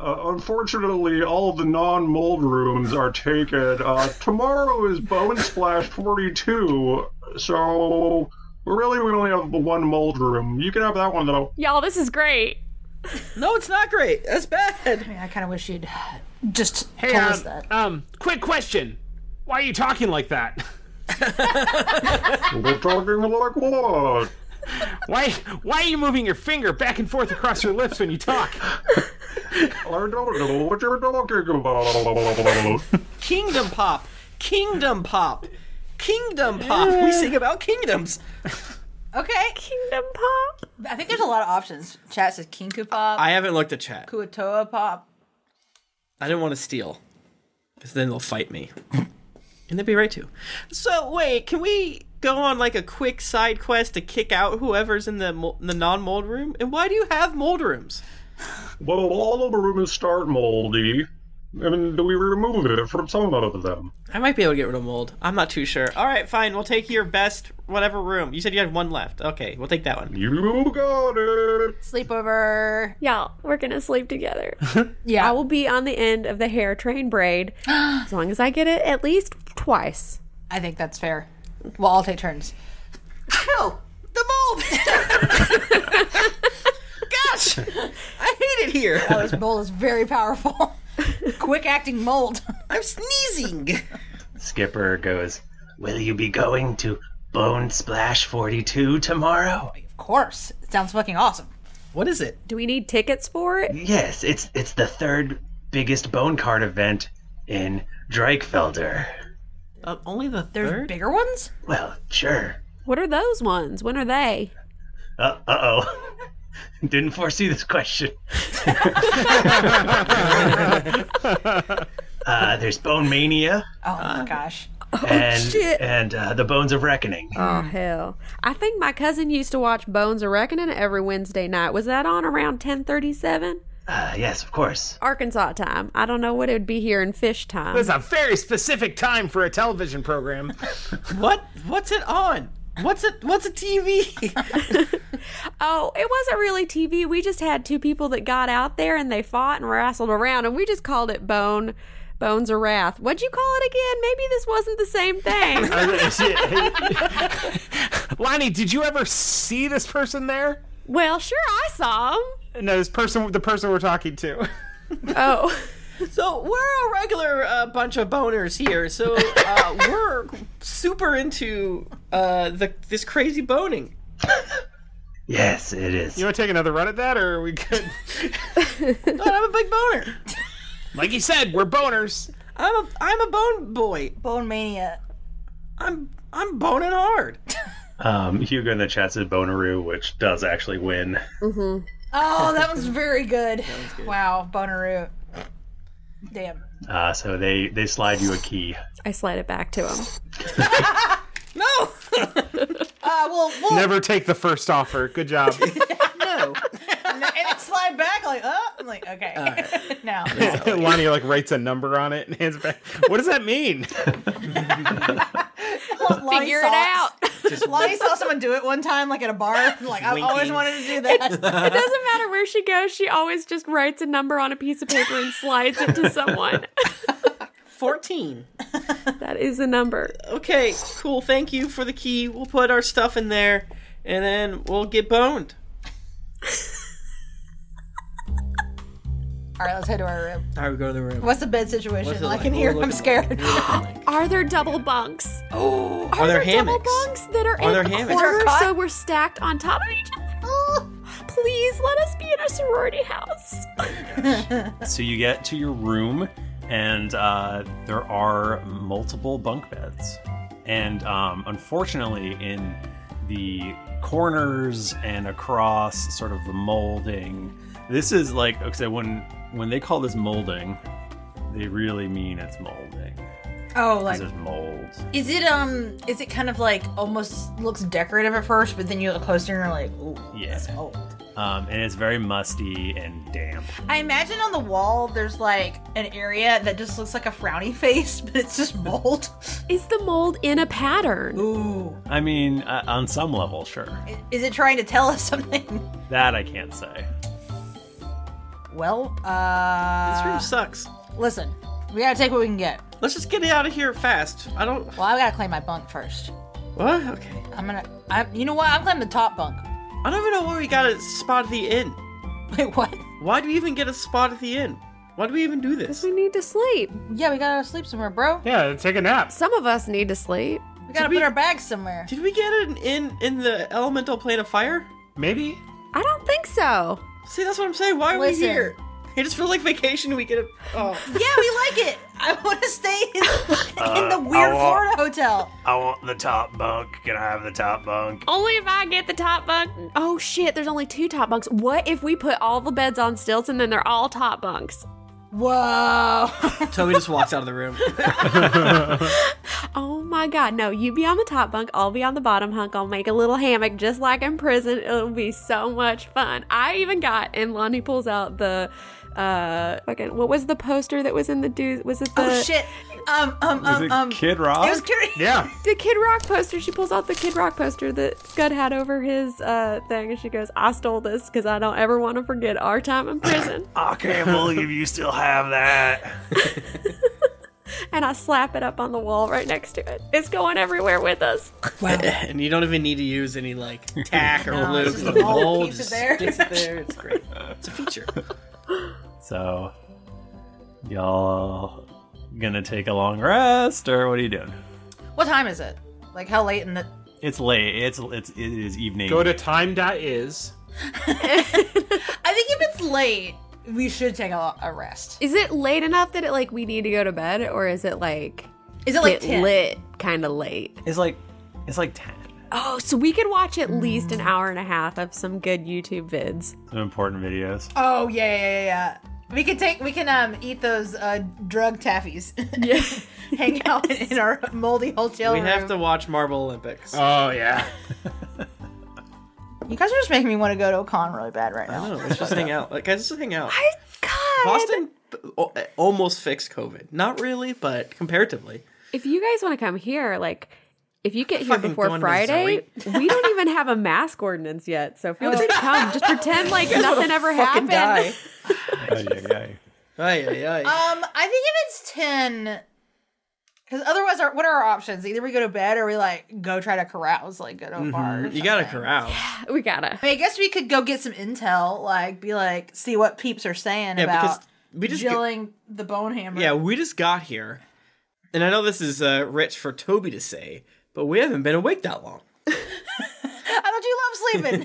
Speaker 1: Uh, unfortunately, all of the non-mold rooms are taken. Uh, tomorrow is Bow and Splash 42, so really we only have one mold room. You can have that one though.
Speaker 3: Y'all, this is great.
Speaker 2: No, it's not great. That's bad.
Speaker 5: I kind of wish you'd just
Speaker 4: Hey,
Speaker 5: told us
Speaker 4: um,
Speaker 5: that.
Speaker 4: um, quick question. Why are you talking like that?
Speaker 1: We're talking like what?
Speaker 4: Why why are you moving your finger back and forth across your lips when you talk?
Speaker 1: I don't know what you're talking about.
Speaker 2: Kingdom pop. Kingdom pop. Kingdom pop. We sing about kingdoms.
Speaker 5: Okay.
Speaker 7: Kingdom Pop.
Speaker 5: I think there's a lot of options. Chat says Kinku Pop,
Speaker 2: I haven't looked at chat.
Speaker 5: Kuatoa Pop.
Speaker 2: I didn't want to steal, because then they'll fight me, and they'd be right to. So wait, can we go on like a quick side quest to kick out whoever's in the mo- the non mold room? And why do you have mold rooms?
Speaker 1: Well, all of the rooms start moldy. I mean, do we remove it from some of them?
Speaker 2: I might be able to get rid of mold. I'm not too sure. All right, fine. We'll take your best whatever room. You said you had one left. Okay, we'll take that one.
Speaker 1: You got it.
Speaker 5: Sleepover.
Speaker 7: Y'all, we're gonna sleep together.
Speaker 5: Yeah.
Speaker 7: I will be on the end of the hair train braid as long as I get it at least twice.
Speaker 5: I think that's fair. We'll all take turns.
Speaker 2: No, the mold. Gosh, I hate it here.
Speaker 5: Oh, this bowl is very powerful. Quick acting mold.
Speaker 2: I'm sneezing.
Speaker 1: Skipper goes, Will you be going to Bone Splash 42 tomorrow?
Speaker 5: of course. It sounds fucking awesome.
Speaker 2: What is it?
Speaker 7: Do we need tickets for it?
Speaker 1: Yes, it's it's the third biggest bone card event in Drakefelder.
Speaker 2: Uh, only the
Speaker 5: There's
Speaker 2: third.
Speaker 5: bigger ones?
Speaker 1: Well, sure.
Speaker 7: What are those ones? When are they?
Speaker 1: Uh oh. Didn't foresee this question. uh, there's Bone Mania
Speaker 5: Oh my gosh.
Speaker 1: and
Speaker 7: shit.
Speaker 1: and uh, the Bones of Reckoning.
Speaker 7: Oh hell! I think my cousin used to watch Bones of Reckoning every Wednesday night. Was that on around ten thirty-seven
Speaker 1: Uh, yes, of course.
Speaker 7: Arkansas time? I don't know what it would be here in fish time.
Speaker 4: That's a very specific time for a television program.
Speaker 2: What? What's it on? What's it? What's a TV?
Speaker 7: Oh, it wasn't really TV. We just had two people that got out there and they fought and wrestled around, and we just called it Bone Bones of Wrath. What'd you call it again? Maybe this wasn't the same thing.
Speaker 4: Lonnie, did you ever see this person there?
Speaker 7: well, sure, I saw him.
Speaker 4: No, this person the person we're talking to.
Speaker 7: Oh,
Speaker 2: so we're a regular uh, bunch of boners here. So uh, we're super into uh, the this crazy boning.
Speaker 1: Yes, it is.
Speaker 4: You wanna take another run at that or are we good?
Speaker 2: But I'm a big boner.
Speaker 4: Like you said, we're boners.
Speaker 2: I'm a I'm a bone boy.
Speaker 5: Bone Mania.
Speaker 2: I'm I'm boning hard.
Speaker 1: Um, Hugo in the chat said Bonaroo, which does actually win.
Speaker 5: Oh, that was very good. Wow, Bonnaroo. Damn.
Speaker 1: Uh, so they, they slide you a key.
Speaker 7: I slid it back to him.
Speaker 2: No,
Speaker 5: Uh, well, we'll
Speaker 4: Never take the first offer. Good job.
Speaker 2: no.
Speaker 5: and it slide back like, oh, I'm like, okay. now,
Speaker 4: Lonnie like writes a number on it and hands it back. What does that mean?
Speaker 5: figure
Speaker 7: Figure it out.
Speaker 5: Lonnie saw someone do it one time, like at a bar. and, Like I've always
Speaker 2: Winking.
Speaker 5: wanted to do that.
Speaker 7: It doesn't matter where she goes. She always just writes a number on a piece of paper and slides it to someone.
Speaker 2: Fourteen.
Speaker 7: that is the number.
Speaker 2: Okay, cool. Thank you for the key. We'll put our stuff in there, and then we'll get boned.
Speaker 5: All right, let's head to our room.
Speaker 2: All right, we go to the room.
Speaker 5: What's the bed situation?
Speaker 2: it
Speaker 5: I
Speaker 2: like?
Speaker 5: can hear.
Speaker 2: What
Speaker 5: I'm
Speaker 2: was it
Speaker 5: scared.
Speaker 7: Are there double bunks?
Speaker 2: Oh, are there
Speaker 7: double
Speaker 2: hammocks?
Speaker 7: bunks that are,
Speaker 2: Are
Speaker 7: in
Speaker 2: there
Speaker 7: a
Speaker 2: hammocks?
Speaker 7: quarter
Speaker 5: Is there a cot?
Speaker 7: so we're stacked on top of each other? Please let us be in a sorority house.
Speaker 1: So you get to your room, and uh, there are multiple bunk beds. And um, unfortunately, in the corners and across sort of the molding, this is like okay. When when they call this molding, they really mean it's molding
Speaker 5: Oh,
Speaker 1: because
Speaker 5: like
Speaker 1: there's mold.
Speaker 5: is it um is it kind of like almost looks decorative at first, but then you look closer and you're like, ooh,
Speaker 1: Yeah.
Speaker 5: that's old.
Speaker 1: Um, and it's very musty and damp.
Speaker 5: I imagine on the wall there's like an area that just looks like a frowny face, but it's just mold.
Speaker 7: Is the mold in a pattern?
Speaker 5: Ooh.
Speaker 1: I mean, uh, on some level, sure.
Speaker 5: Is it trying to tell us something?
Speaker 1: That I can't say.
Speaker 5: Well,
Speaker 2: This room
Speaker 5: uh
Speaker 2: sucks.
Speaker 5: listen. We gotta take what we can get.
Speaker 2: Let's just get out of here fast. I don't.
Speaker 5: Well, I gotta claim my bunk first.
Speaker 2: What? Okay.
Speaker 5: I'm gonna I you know what? I'm claiming the top bunk.
Speaker 2: I don't even know where we got a spot at the inn.
Speaker 5: Wait, what?
Speaker 2: Why do we even get a spot at the inn? Why do we even do this?
Speaker 7: We need to sleep.
Speaker 5: Yeah, we gotta sleep somewhere, bro.
Speaker 4: Yeah, take a nap.
Speaker 7: Some of us need to sleep.
Speaker 5: We gotta
Speaker 2: Did we-
Speaker 5: put our bags somewhere.
Speaker 2: Did we get an inn in the elemental plane of fire?
Speaker 4: Maybe.
Speaker 7: I don't think so.
Speaker 2: See, that's what I'm saying. Why are
Speaker 5: Listen.
Speaker 2: we here? It just feels like vacation. We get a. Oh.
Speaker 5: yeah, we like it. I want to stay in, in the weird
Speaker 1: I want-
Speaker 5: Florida hotel.
Speaker 1: I want the top bunk. Can I have the top bunk?
Speaker 3: Only if I get the top bunk.
Speaker 7: Oh shit, there's only two top bunks. What if we put all the beds on stilts and then they're all top bunks?
Speaker 5: Whoa.
Speaker 2: Toby just walks out of the room.
Speaker 7: Oh my god, no, you be on the top bunk, I'll be on the bottom hunk, I'll make a little hammock just like in prison. It'll be so much fun. I even got and Lonnie pulls out the uh fucking what was the poster that was in the dude was it the
Speaker 5: oh shit. Um um
Speaker 1: Is
Speaker 5: um
Speaker 1: it
Speaker 5: um.
Speaker 1: Kid Rock?
Speaker 5: It was curious.
Speaker 4: Yeah.
Speaker 7: the Kid Rock poster. She pulls out the Kid Rock poster that Scud had over his uh, thing, and she goes, "I stole this because I don't ever want to forget our time in prison."
Speaker 1: I can't believe you still have that.
Speaker 7: and I slap it up on the wall right next to it. It's going everywhere with us.
Speaker 2: and you don't even need to use any like tack or
Speaker 5: No,
Speaker 2: glue.
Speaker 5: it's just
Speaker 2: The
Speaker 5: a ball,
Speaker 2: mold
Speaker 5: keeps it
Speaker 2: just
Speaker 5: there.
Speaker 2: sticks there. It's great. It's a feature.
Speaker 1: So, y'all gonna take a long rest, or what are you doing?
Speaker 5: What time is it? Like how late in the?
Speaker 1: It's late. It's it's it is evening.
Speaker 4: Go to time.is.
Speaker 5: I think if it's late, we should take a, a rest.
Speaker 7: Is it late enough that it like we need to go to bed, or is it like
Speaker 5: Is it like
Speaker 7: get
Speaker 5: ten?
Speaker 7: lit kind of late?
Speaker 1: it's like it's like ten.
Speaker 7: Oh, so we could watch at least an hour and a half of some good YouTube vids.
Speaker 1: Some important videos.
Speaker 5: Oh yeah yeah yeah. yeah. We could take. We can um eat those uh drug taffies.
Speaker 7: Yeah.
Speaker 5: Hang out in our moldy hotel
Speaker 2: We
Speaker 5: room.
Speaker 2: have to watch Marble Olympics.
Speaker 4: Oh, yeah.
Speaker 5: You guys are just making me want to go to Ocon really bad right
Speaker 2: I
Speaker 5: now.
Speaker 2: don't know. Let's just hang out. Like, guys, let's just hang out.
Speaker 7: God.
Speaker 2: Boston o- almost fixed COVID. Not really, but comparatively.
Speaker 7: If you guys want to come here, like if you get here
Speaker 2: Fucking
Speaker 7: before
Speaker 2: going to
Speaker 7: Friday, we don't even have a mask ordinance yet. So
Speaker 5: Oh.
Speaker 7: feel free to come. Just pretend like nothing ever
Speaker 2: Fucking
Speaker 7: happened.
Speaker 2: die.
Speaker 1: Ay, ay,
Speaker 2: Ay, ay, ay.
Speaker 5: Um, I think if it's ten, because otherwise, our, what are our options? Either we go to bed or we like go try to carouse, like go to a bar. or
Speaker 2: Mm-hmm. You gotta
Speaker 5: something.
Speaker 2: corral.
Speaker 7: We gotta.
Speaker 5: I, mean, I guess we could go get some intel, like be like, see what peeps are saying
Speaker 2: Yeah,
Speaker 5: about
Speaker 2: because we just got-
Speaker 5: jilling the bone hammer.
Speaker 2: yeah we just got here, and I know this is uh, rich for Toby to say, but we haven't been awake that long.
Speaker 5: How don't you love sleeping?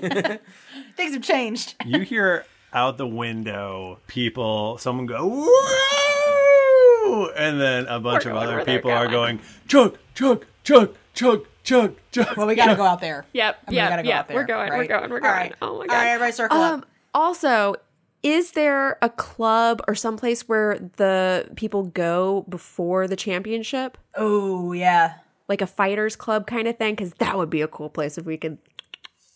Speaker 5: Things have changed.
Speaker 1: ay. you hear out the window people. Someone go woo, and then a bunch
Speaker 7: We're going
Speaker 1: of other
Speaker 7: where they're
Speaker 1: people are
Speaker 7: going.
Speaker 1: going chug chug chug chug chug chug.
Speaker 5: Well, we gotta go out there.
Speaker 7: Yep.
Speaker 5: I mean, we
Speaker 7: yep.
Speaker 5: gotta go out
Speaker 7: Yep.
Speaker 5: there,
Speaker 7: we're going. We're
Speaker 5: right?
Speaker 7: going. We're
Speaker 5: All
Speaker 7: going.
Speaker 5: right.
Speaker 7: Oh my
Speaker 5: All
Speaker 7: god.
Speaker 5: right, everybody, circle
Speaker 7: Um,
Speaker 5: up.
Speaker 7: also, is there a club or someplace where the people go before the championship?
Speaker 5: Oh yeah.
Speaker 7: Like a fighters club kind of thing? Because that would be a cool place if we could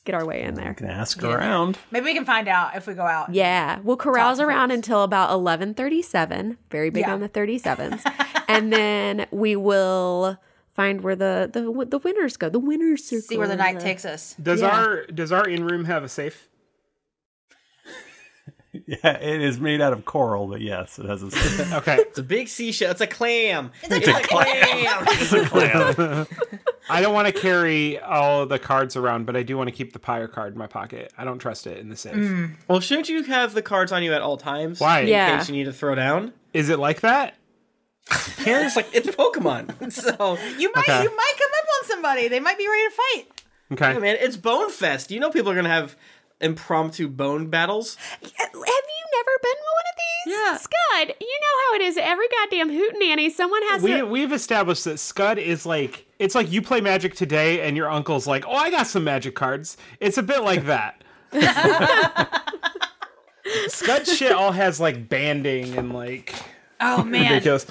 Speaker 7: get our way in there.
Speaker 1: Can ask around.
Speaker 5: Maybe we can find out if we go out.
Speaker 7: Yeah, we'll carouse
Speaker 5: Top
Speaker 7: around until about eleven thirty-seven. Very big
Speaker 5: Yeah.
Speaker 7: on the thirty-sevens, and then we will find where the the the winners go. The winners circle. Uh,
Speaker 5: See where the
Speaker 7: and
Speaker 5: night takes us.
Speaker 4: Does
Speaker 7: Yeah.
Speaker 4: our does our in room have a safe?
Speaker 1: Yeah, it is made out of coral, but yes, it has a
Speaker 4: Okay.
Speaker 2: It's a big seashell. It's a clam.
Speaker 5: It's like,
Speaker 2: Clam.
Speaker 4: I don't want to carry all the cards around, but I do want to keep the pyre card in my pocket. I don't trust it in the safe.
Speaker 2: well, shouldn't you have the cards on you at all times?
Speaker 4: Why?
Speaker 7: Mm. Yeah.
Speaker 2: In case you need to throw down.
Speaker 4: Is it like that?
Speaker 2: Karen's like, it's Pokemon. So,
Speaker 5: You might
Speaker 4: Okay.
Speaker 5: you might come up on somebody. They might be ready to fight.
Speaker 4: Okay.
Speaker 2: man, it's Bone Fest. You know people are going to have impromptu bone battles.
Speaker 7: Have you never been one of these?
Speaker 2: Yeah.
Speaker 3: Scud, you know how it is. Every goddamn hootenanny, someone has
Speaker 4: We
Speaker 3: to.
Speaker 4: we've established that Scud is like it's like you play Magic today, and your uncle's like, "Oh, I got some Magic cards." It's a bit like that. Scud shit all has like banding and like
Speaker 5: Oh man,
Speaker 4: ridiculous.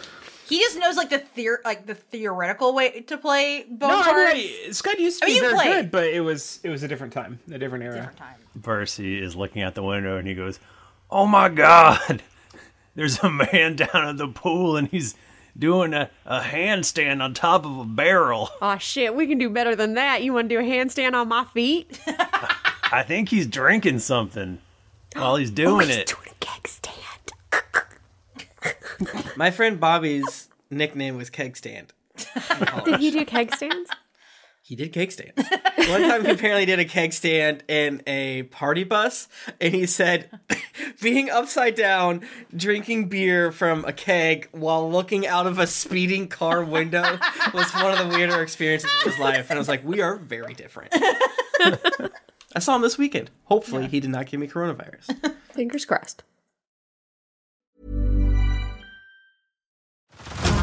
Speaker 5: he just knows like the theor- like the theoretical way to play bone
Speaker 4: No, I mean,
Speaker 5: cards.
Speaker 4: like, Scud used to
Speaker 5: I
Speaker 4: be
Speaker 5: mean, Oh, you
Speaker 4: very
Speaker 5: played.
Speaker 4: good, but it was it was a different time, a different era.
Speaker 5: Time.
Speaker 1: Versi is looking out the window and he goes, "Oh my God! There's a man down at the pool and he's doing a, a handstand on top of a barrel.
Speaker 7: Oh shit, we can do better than that. You want to do a handstand on my feet?
Speaker 1: I think he's drinking something while he's doing
Speaker 8: Oh,
Speaker 7: Just
Speaker 1: it."
Speaker 7: doing a keg stand.
Speaker 2: My friend Bobby's nickname was Keg Stand.
Speaker 7: Did he do keg stands?
Speaker 2: He did keg stand. One time he apparently did a keg stand in a party bus, and he said being upside down, drinking beer from a keg while looking out of a speeding car window was one of the weirder experiences of his life. And I was like, we are very different. I saw him this weekend. Hopefully, he did not give me coronavirus.
Speaker 7: Fingers crossed.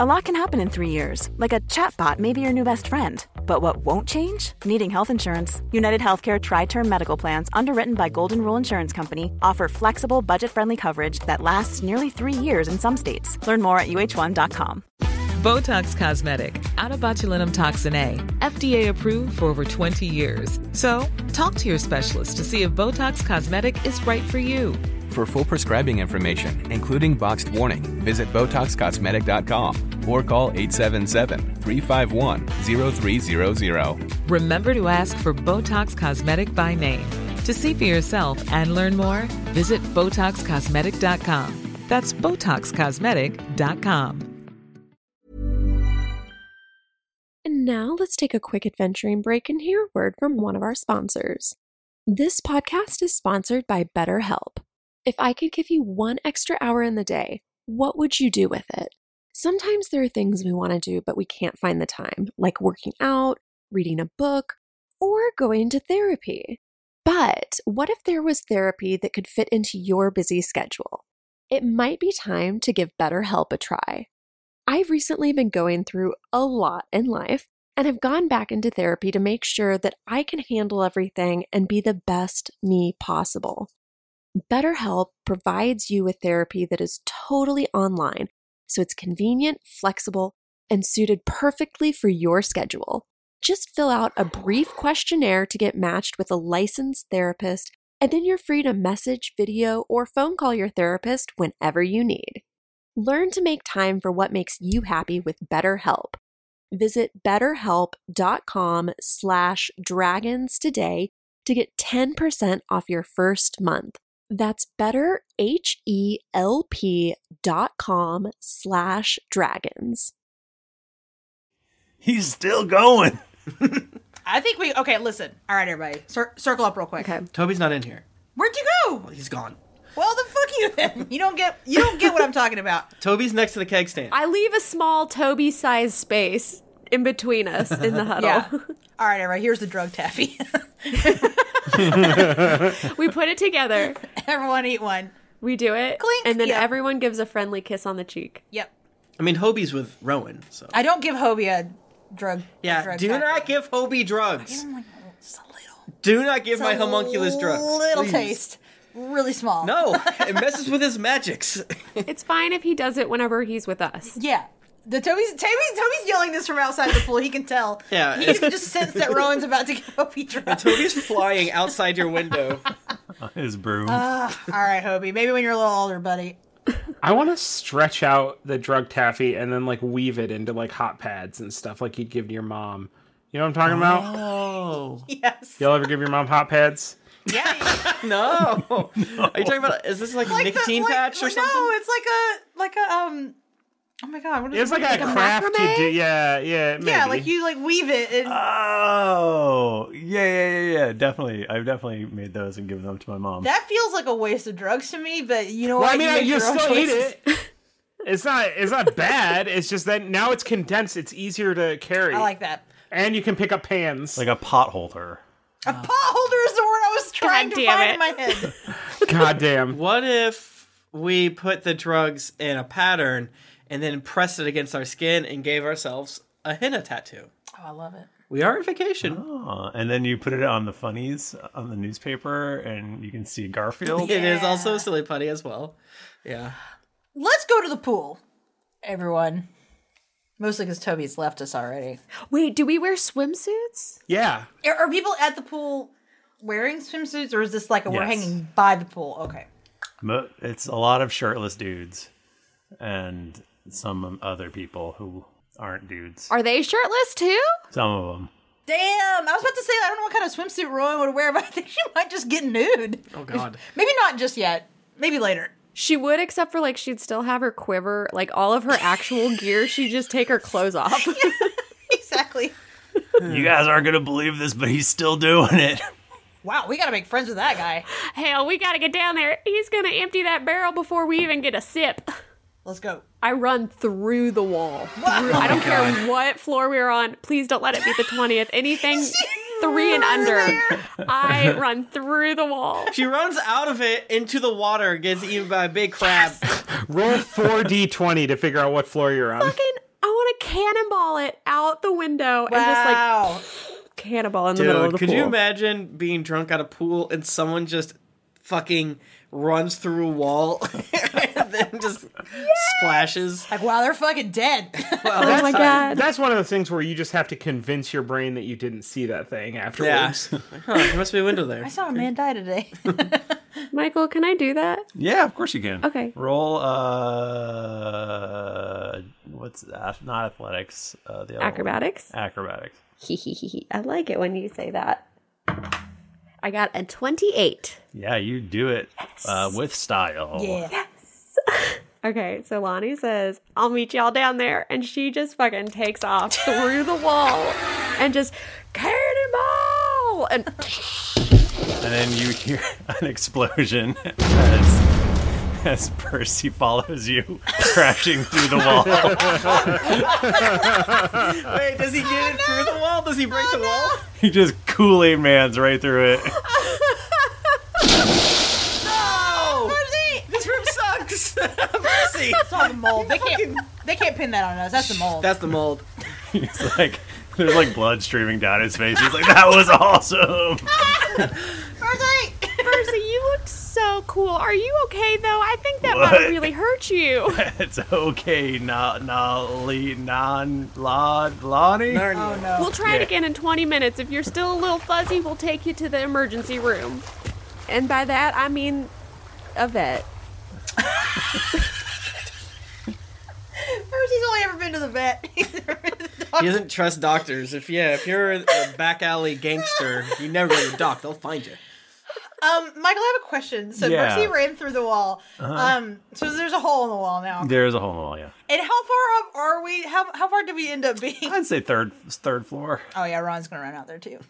Speaker 8: A lot can happen in three years, like a chatbot may be your new best friend. But what won't change? Needing health insurance. United Healthcare Tri Term Medical Plans, underwritten by Golden Rule Insurance Company, offer flexible, budget friendly coverage that lasts nearly three years in some states. Learn more at uh1.com.
Speaker 9: Botox Cosmetic, out of botulinum toxin A, FDA approved for over 20 years. So, talk to your specialist to see if Botox Cosmetic is right for you.
Speaker 10: For full prescribing information, including boxed warning, visit BotoxCosmetic.com or call 877-351-0300.
Speaker 9: Remember to ask for Botox Cosmetic by name. To see for yourself and learn more, visit BotoxCosmetic.com. That's BotoxCosmetic.com.
Speaker 11: And now let's take a quick adventuring break and hear a word from one of our sponsors. This podcast is sponsored by BetterHelp. If I could give you one extra hour in the day, what would you do with it? Sometimes there are things we want to do, but we can't find the time, like working out, reading a book, or going to therapy. But what if there was therapy that could fit into your busy schedule? It might be time to give BetterHelp a try. I've recently been going through a lot in life and have gone back into therapy to make sure that I can handle everything and be the best me possible. BetterHelp provides you with therapy that is totally online, so it's convenient, flexible, and suited perfectly for your schedule. Just fill out a brief questionnaire to get matched with a licensed therapist, and then you're free to message, video, or phone call your therapist whenever you need. Learn to make time for what makes you happy with BetterHelp. Visit betterhelp.com slash dragons today to get 10% off your first month. That's betterhelp.com slash dragons.
Speaker 1: He's still going.
Speaker 5: I think we okay. Listen, all right, everybody, Cir- circle up real quick.
Speaker 7: Okay.
Speaker 2: Toby's not in here.
Speaker 5: Where'd you go?
Speaker 2: He's gone.
Speaker 5: Well, then fuck you. Then you don't get you don't get what I'm talking about.
Speaker 2: Toby's next to the keg stand.
Speaker 7: I leave a small Toby sized space in between us in the huddle.
Speaker 5: Yeah. All right, all right. Here's the drug taffy.
Speaker 7: we put it together.
Speaker 5: Everyone eat one.
Speaker 7: We do it.
Speaker 5: Clink,
Speaker 7: and then
Speaker 5: yeah.
Speaker 7: everyone gives a friendly kiss on the cheek.
Speaker 5: Yep.
Speaker 2: I mean, Hobie's with Rowan, so.
Speaker 5: I don't give Hobie a drug.
Speaker 2: yeah,
Speaker 5: drug
Speaker 2: do
Speaker 5: taffy.
Speaker 2: not give Hobie drugs.
Speaker 5: It's a little.
Speaker 2: Do not give my
Speaker 5: a
Speaker 2: homunculus drugs.
Speaker 5: Little
Speaker 2: please.
Speaker 5: taste. Really small.
Speaker 2: No, it messes with his magics.
Speaker 7: It's fine if he does it whenever he's with us.
Speaker 5: Yeah. The Toby's Toby's Toby's yelling this from outside the pool. He can tell.
Speaker 2: Yeah.
Speaker 5: He can just sense that Rowan's about to give Hobie drugs.
Speaker 2: Toby's flying outside your window.
Speaker 1: His broom.
Speaker 8: Uh,
Speaker 5: All right, Hobie. Maybe when you're a little older, buddy.
Speaker 4: I want to stretch out the drug taffy and then like weave it into like hot pads and stuff like you'd give to your mom. You know what I'm talking about?
Speaker 2: Oh.
Speaker 5: Yes.
Speaker 4: Y'all ever give your mom hot pads?
Speaker 2: no. Are you talking about? Is this like, a
Speaker 5: the-
Speaker 2: nicotine
Speaker 5: like-
Speaker 2: patch or
Speaker 5: no,
Speaker 2: something?
Speaker 5: it's like a like a um. Oh my god, what is
Speaker 4: It's
Speaker 5: it?
Speaker 4: like a craft you do. Yeah, yeah. Maybe. Uh,
Speaker 5: Yeah, like you like weave it. And,
Speaker 1: Oh, yeah, yeah, yeah, yeah. Definitely. I've definitely made those and given them to my mom.
Speaker 5: that feels like a waste of drugs to me, but you know
Speaker 4: Well,
Speaker 5: what?
Speaker 4: I mean,
Speaker 5: make
Speaker 4: you
Speaker 5: your own
Speaker 4: still eat
Speaker 5: choices.
Speaker 4: it. It's not. It's not bad. It's just that now it's condensed. It's easier to carry.
Speaker 5: I like that.
Speaker 4: And you can pick up pans.
Speaker 1: Like a pot holder.
Speaker 5: A
Speaker 4: Uh.
Speaker 5: pot holder is the word I was trying to
Speaker 2: damn
Speaker 5: find
Speaker 2: it.
Speaker 5: in my head.
Speaker 4: God damn.
Speaker 2: What if we put the drugs in a pattern and then pressed it against our skin and gave ourselves a henna tattoo?
Speaker 5: Oh, I love it.
Speaker 2: We are on vacation.
Speaker 1: Oh, and then you put it on the funnies on the newspaper, and you can see Garfield.
Speaker 2: It is also silly putty as well. Yeah.
Speaker 5: Let's go to the pool, everyone. Mostly because Toby's left us already.
Speaker 7: Wait, do we wear swimsuits?
Speaker 4: Yeah.
Speaker 5: Are, are people at the pool wearing swimsuits, or is this like a we're
Speaker 1: Yes.
Speaker 5: hanging by the pool? Okay.
Speaker 1: Mo- It's a lot of shirtless dudes and some other people who aren't dudes.
Speaker 7: Are they shirtless too?
Speaker 1: Some of them.
Speaker 5: Damn, I was about to say I don't know what kind of swimsuit Rowan would wear, but I think she might just get nude.
Speaker 2: Oh God.
Speaker 5: Maybe not just yet. Maybe later.
Speaker 7: She would, except for like she'd still have her quiver, like all of her actual gear. She'd just take her clothes off.
Speaker 5: exactly.
Speaker 1: You guys aren't gonna believe this, but he's still doing it.
Speaker 5: Wow, we gotta make friends with that guy.
Speaker 7: Hell, we gotta get down there. He's gonna empty that barrel before we even get a sip.
Speaker 5: Let's go.
Speaker 7: I run through the wall.
Speaker 2: Oh
Speaker 7: Through- I don't care what floor we're on. Please don't let it be the 20th. Anything three and under. I run through the wall.
Speaker 2: She runs out of it into the water, gets eaten by a big crab.
Speaker 4: Roll four d twenty to figure out what floor you're on.
Speaker 7: Fucking, I want to cannonball it out the window and just like cannonball in the
Speaker 2: Dude,
Speaker 7: middle of the
Speaker 2: could
Speaker 7: pool.
Speaker 2: you imagine being drunk at a pool and someone just fucking runs through a wall and then just splashes?
Speaker 5: Like, wow, they're fucking dead.
Speaker 4: That's-
Speaker 7: Oh my God.
Speaker 4: That's one of the things where you just have to convince your brain that you didn't see that thing afterwards.
Speaker 2: Huh, there must be a window there.
Speaker 5: I saw a man die today.
Speaker 7: Michael, can I do that?
Speaker 1: Yeah, of course you can.
Speaker 7: Okay.
Speaker 1: Roll. Uh, what's that? Not athletics. Uh, the other one.
Speaker 7: Acrobatics?
Speaker 1: Acrobatics.
Speaker 7: I like it when you say that. I got a 28.
Speaker 1: Yeah, you do it uh, with style.
Speaker 7: Okay, so Lonnie says, I'll meet y'all down there. And she just fucking takes off through the wall and just cannonball. And
Speaker 1: And then you hear an explosion as, as Percy follows you crashing through the wall.
Speaker 2: Wait, does he get it through the wall? Does he break the wall?
Speaker 1: he just Kool Aid Man's right through it.
Speaker 5: Oh,
Speaker 2: No! This room sucks! Mercy!
Speaker 5: It's all the mold. They can't. They can't pin that on us. That's the mold.
Speaker 2: That's the mold.
Speaker 1: He's like, there's like blood streaming down his face. He's like, that was awesome.
Speaker 7: Percy, you looked so cool. Are you okay, though? I think that
Speaker 1: What?
Speaker 7: might have really hurt you.
Speaker 1: It's okay, not Nolly, non Lod Lonnie.
Speaker 2: Oh
Speaker 5: no.
Speaker 7: We'll try it
Speaker 1: Yeah.
Speaker 7: again in 20 minutes. If you're still a little fuzzy, we'll take you to the emergency room. And by that, I mean a vet.
Speaker 5: Percy's only ever been to the vet. He's never been to the
Speaker 2: He
Speaker 5: doctor.
Speaker 2: doesn't trust doctors. If yeah, if you're a back alley gangster, you never go to the doc. They'll find you.
Speaker 5: Um, Michael, I have a question. So
Speaker 1: Yeah.
Speaker 5: Percy ran through the wall. Um, so there's a hole in the wall now.
Speaker 1: There's a hole in the wall, yeah.
Speaker 5: And how far up are we? How how far did we end up being?
Speaker 1: I'd say third third floor.
Speaker 5: Oh yeah, Ron's gonna run out there too.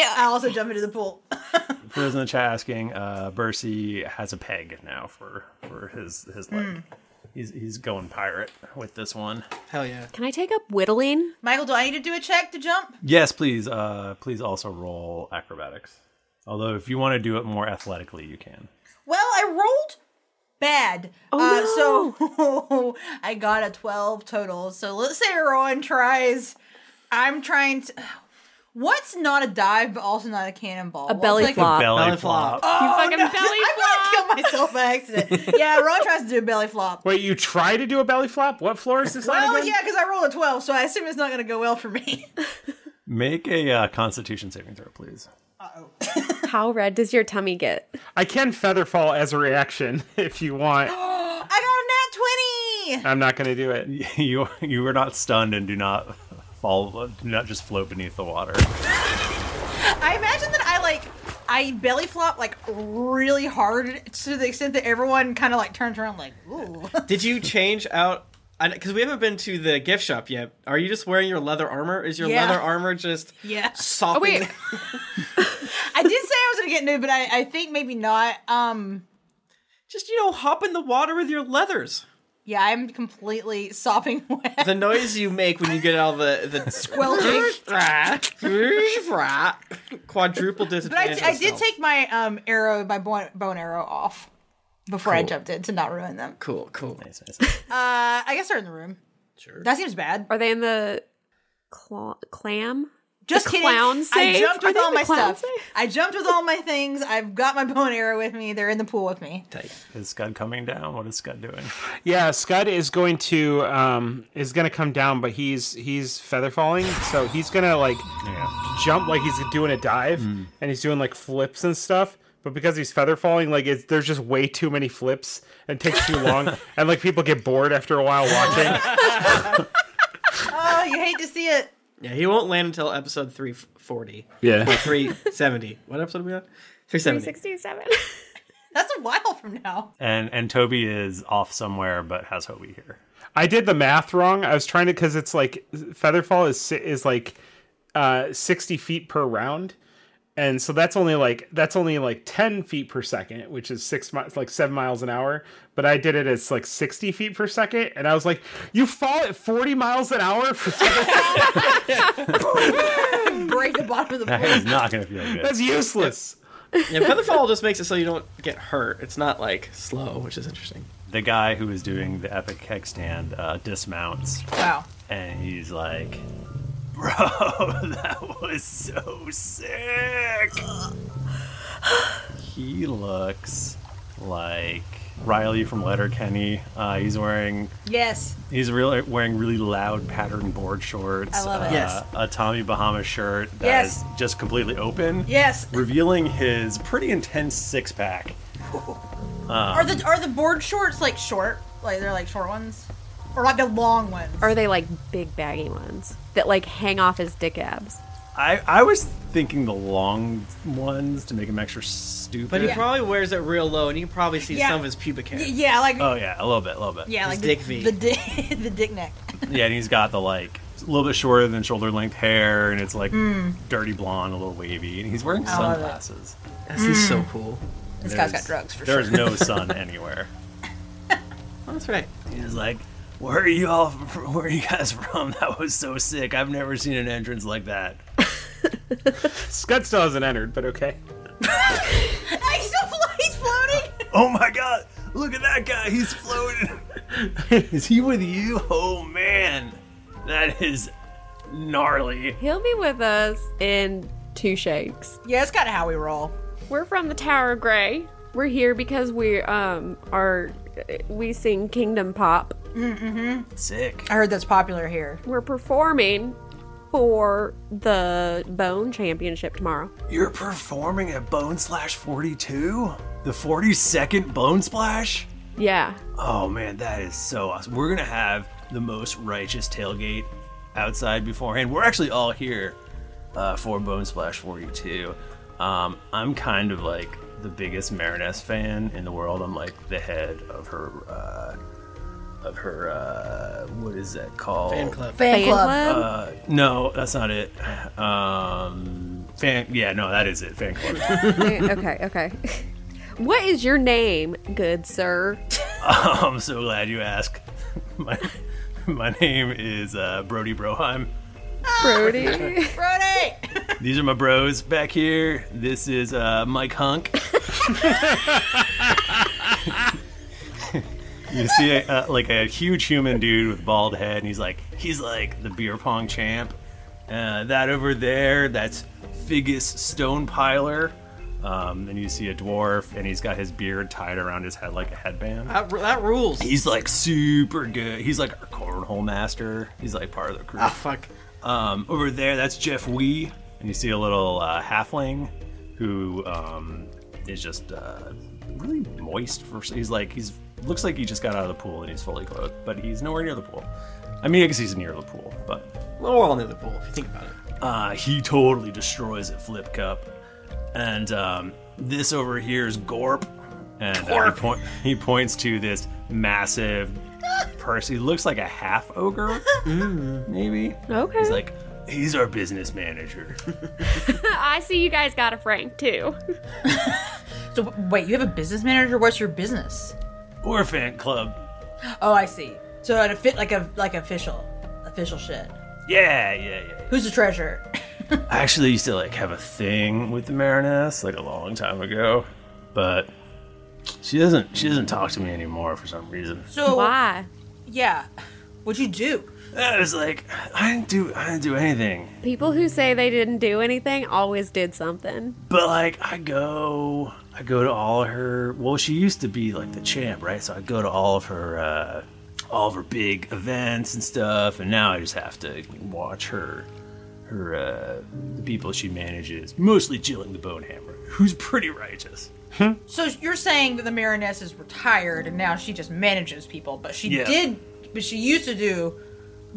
Speaker 5: I'll also jump into the pool.
Speaker 1: For those in the chat asking, uh, Bercy has a peg now for for his his leg. He's he's going pirate with this one.
Speaker 2: Hell yeah.
Speaker 7: Can I take up whittling?
Speaker 5: Michael, do I need to do a check to jump?
Speaker 1: Yes, please. Uh, please also roll acrobatics. Although, if you want to do it more athletically, you can.
Speaker 5: Well, I rolled bad.
Speaker 7: Oh,
Speaker 5: uh, So I got a 12 total. So let's say Rowan tries. I'm trying to. What's not a dive, but also not a cannonball?
Speaker 7: A
Speaker 5: What's
Speaker 7: belly
Speaker 5: like
Speaker 7: flop.
Speaker 1: Belly,
Speaker 2: Uh, Belly
Speaker 1: flop.
Speaker 2: flop.
Speaker 7: you fucking belly
Speaker 5: I
Speaker 7: flop.
Speaker 5: killed myself by accident. yeah, Rowan tries to do a belly flop.
Speaker 4: Wait, you try to do a belly flop? What floor is this on
Speaker 5: Well,
Speaker 4: again?
Speaker 5: yeah, because I rolled a 12, so I assume it's not going to go well for me.
Speaker 1: Make a uh, Constitution saving throw, please.
Speaker 7: How red does your tummy get?
Speaker 4: I can feather fall as a reaction if you want.
Speaker 5: I got a nat 20!
Speaker 4: I'm not going to do it.
Speaker 1: You you are not stunned and do not fall. Do not just float beneath the water.
Speaker 5: I imagine that I like I belly flop like really hard to the extent that everyone kind of like turns around like, ooh.
Speaker 2: Did you change out? Because we haven't been to the gift shop yet. Are you just wearing your leather armor? Is your
Speaker 5: Yeah.
Speaker 2: leather armor just
Speaker 5: Yeah.
Speaker 2: sopping?
Speaker 5: I did say I was gonna get new, but I, I think maybe not. Um
Speaker 2: Just you know, hop in the water with your leathers.
Speaker 5: Yeah, I'm completely sopping wet.
Speaker 2: the noise you make when you get all the the squelching quadruple
Speaker 5: But I,
Speaker 2: disadvantage.
Speaker 5: I did take my um arrow, my bone, bone arrow off before I
Speaker 2: Cool.
Speaker 5: jumped in to not ruin them.
Speaker 2: Cool, cool.
Speaker 5: Uh, I guess they're in the room.
Speaker 2: Sure.
Speaker 5: That seems bad.
Speaker 7: Are they in the cl- clam?
Speaker 5: Just
Speaker 7: the
Speaker 5: kidding.
Speaker 7: Clown
Speaker 5: I
Speaker 7: safe?
Speaker 5: jumped
Speaker 7: Are
Speaker 5: with
Speaker 7: they
Speaker 5: all
Speaker 7: in the
Speaker 5: my
Speaker 7: clown
Speaker 5: stuff.
Speaker 7: safe?
Speaker 5: I jumped with all my things. I've got my bone arrow with me. They're in the pool with me.
Speaker 1: Is Scud coming down? What is Scud doing?
Speaker 4: Yeah, Scud is going to um is gonna come down, but he's he's feather falling, so he's gonna like jump like he's doing a dive, and he's doing like flips and stuff. But because he's feather falling, like it's, there's just way too many flips and it takes too long, and like people get bored after a while watching.
Speaker 5: Oh, you hate to see it.
Speaker 2: Yeah, he won't land until episode three forty.
Speaker 4: Yeah.
Speaker 2: three seventy. What episode are we on? Three seventy.
Speaker 7: 367.
Speaker 5: That's a while from now.
Speaker 1: And and Toby is off somewhere, but has Hobie here.
Speaker 4: I did the math wrong. I was trying to because it's like featherfall is si- is like uh, sixty feet per round, and so that's only like that's only like ten feet per second, which is six miles like seven miles an hour. But I did it as like sixty feet per second, and I was like, "You fall at forty miles an hour for
Speaker 5: Break the bottom of the
Speaker 1: That is not going to feel good.
Speaker 4: That's useless.
Speaker 2: Yeah, featherfall just makes it so you don't get hurt. It's not like slow, which is interesting.
Speaker 1: The guy who is doing the epic kickstand uh, dismounts.
Speaker 5: Wow.
Speaker 1: And he's like, Bro, that was so sick. he looks like Riley from Letterkenny. Uh, he's wearing
Speaker 5: Yes.
Speaker 1: He's really wearing really loud pattern board shorts.
Speaker 5: I love it.
Speaker 1: Uh,
Speaker 5: Yes.
Speaker 1: A Tommy Bahama shirt that is
Speaker 5: Yes.
Speaker 1: just completely open.
Speaker 5: Yes.
Speaker 1: Revealing his pretty intense six pack.
Speaker 5: are the are the board shorts like short? Like they're like short ones, or like the long ones?
Speaker 7: Are they like big baggy ones that like hang off his dick abs?
Speaker 1: I, I was thinking the long ones to make him extra stupid.
Speaker 2: But he probably wears it real low, and you can probably see
Speaker 5: Yeah.
Speaker 2: some of his pubic hair.
Speaker 5: Y- yeah, like
Speaker 1: Oh yeah, a little bit, a little bit.
Speaker 5: yeah, like
Speaker 2: Uh, His
Speaker 5: the
Speaker 2: dick V.
Speaker 5: the dick the dick neck.
Speaker 1: yeah, and he's got the like a little bit shorter than shoulder length hair, and it's like
Speaker 5: Mm.
Speaker 1: dirty blonde, a little wavy, and he's wearing
Speaker 5: I love it.
Speaker 1: sunglasses.
Speaker 2: Yes, he's
Speaker 5: Mm.
Speaker 2: so cool.
Speaker 5: This guy's got drugs for
Speaker 1: There's
Speaker 5: sure.
Speaker 1: no sun anywhere.
Speaker 2: Oh, That's right.
Speaker 1: He's like, "Where are you all? From, where are you guys from? That was so sick. I've never seen an entrance like that."
Speaker 4: Scud still hasn't entered, but okay.
Speaker 5: He's still flo- he's floating.
Speaker 1: Oh my god! Look at that guy. He's floating. is he with you? Oh man, that is gnarly.
Speaker 7: He'll be with us in two shakes.
Speaker 5: Yeah, it's kind of how we roll.
Speaker 7: We're from the Tower of Grey. We're here because we um are we sing Kingdom Pop.
Speaker 5: Mm-hmm.
Speaker 1: Sick.
Speaker 5: I heard that's popular here.
Speaker 7: We're performing for the Bone Championship tomorrow.
Speaker 1: You're performing at Bone Slash 42, the 42nd Bone Splash.
Speaker 7: Yeah.
Speaker 1: Oh man, that is so awesome. We're gonna have the most righteous tailgate outside beforehand. We're actually all here uh, for Bone Splash 42. Um, I'm kind of like the biggest Mariness fan in the world. I'm like the head of her, uh, of her, uh, what is that called?
Speaker 2: Fan club.
Speaker 5: Fan club.
Speaker 1: Uh, no, that's not it. Um, fan. Yeah, no, that is it. Fan club.
Speaker 7: okay, okay. What is your name, good sir?
Speaker 1: I'm so glad you asked. My, my name is uh, Brody Broheim.
Speaker 7: Brody.
Speaker 5: Brody.
Speaker 1: These are my bros back here. This is uh, Mike Hunk. you see, a, uh, like a huge human dude with bald head, and he's like, he's like the beer pong champ. Uh, that over there, that's Figgis Stonepiler. Um, and you see a dwarf, and he's got his beard tied around his head like a headband.
Speaker 2: That, that rules.
Speaker 1: He's like super good. He's like our cornhole master. He's like part of the crew. Ah,
Speaker 2: fuck.
Speaker 1: Um, over there, that's Jeff Wee, and you see a little uh, halfling who um, is just uh, really moist. For he's like he's looks like he just got out of the pool and he's fully clothed, but he's nowhere near the pool. I mean, I guess he's near the pool, but
Speaker 2: Well, we're all near the pool if you think about it.
Speaker 1: uh, he totally destroys a flip cup. And um, this over here is Gorp. And uh, he, point, he points to this massive person. He looks like a half ogre, maybe.
Speaker 7: Okay.
Speaker 1: He's like, he's our business manager.
Speaker 3: I see you guys got a Frank too.
Speaker 5: so wait, you have a business manager? What's your business?
Speaker 1: Orphan Club.
Speaker 5: Oh, I see. So at a fit like a like official, official shit.
Speaker 1: Yeah, yeah, yeah.
Speaker 5: Who's the treasurer?
Speaker 1: I actually used to like have a thing with the Mariness like a long time ago, but she doesn't she doesn't talk to me anymore for some reason.
Speaker 5: So why? Yeah. What'd you do?
Speaker 1: I was like, I didn't do I didn't do anything.
Speaker 7: People who say they didn't do anything always did something.
Speaker 1: But like I go I go to all of her well she used to be like the champ, right? So I go to all of her uh all of her big events and stuff and now I just have to watch her her uh the people she manages, mostly Jill and the Bonehammer, who's pretty righteous.
Speaker 5: So you're saying that the Mariness is retired and now she just manages people, but she
Speaker 1: Yeah.
Speaker 5: did, but she used to do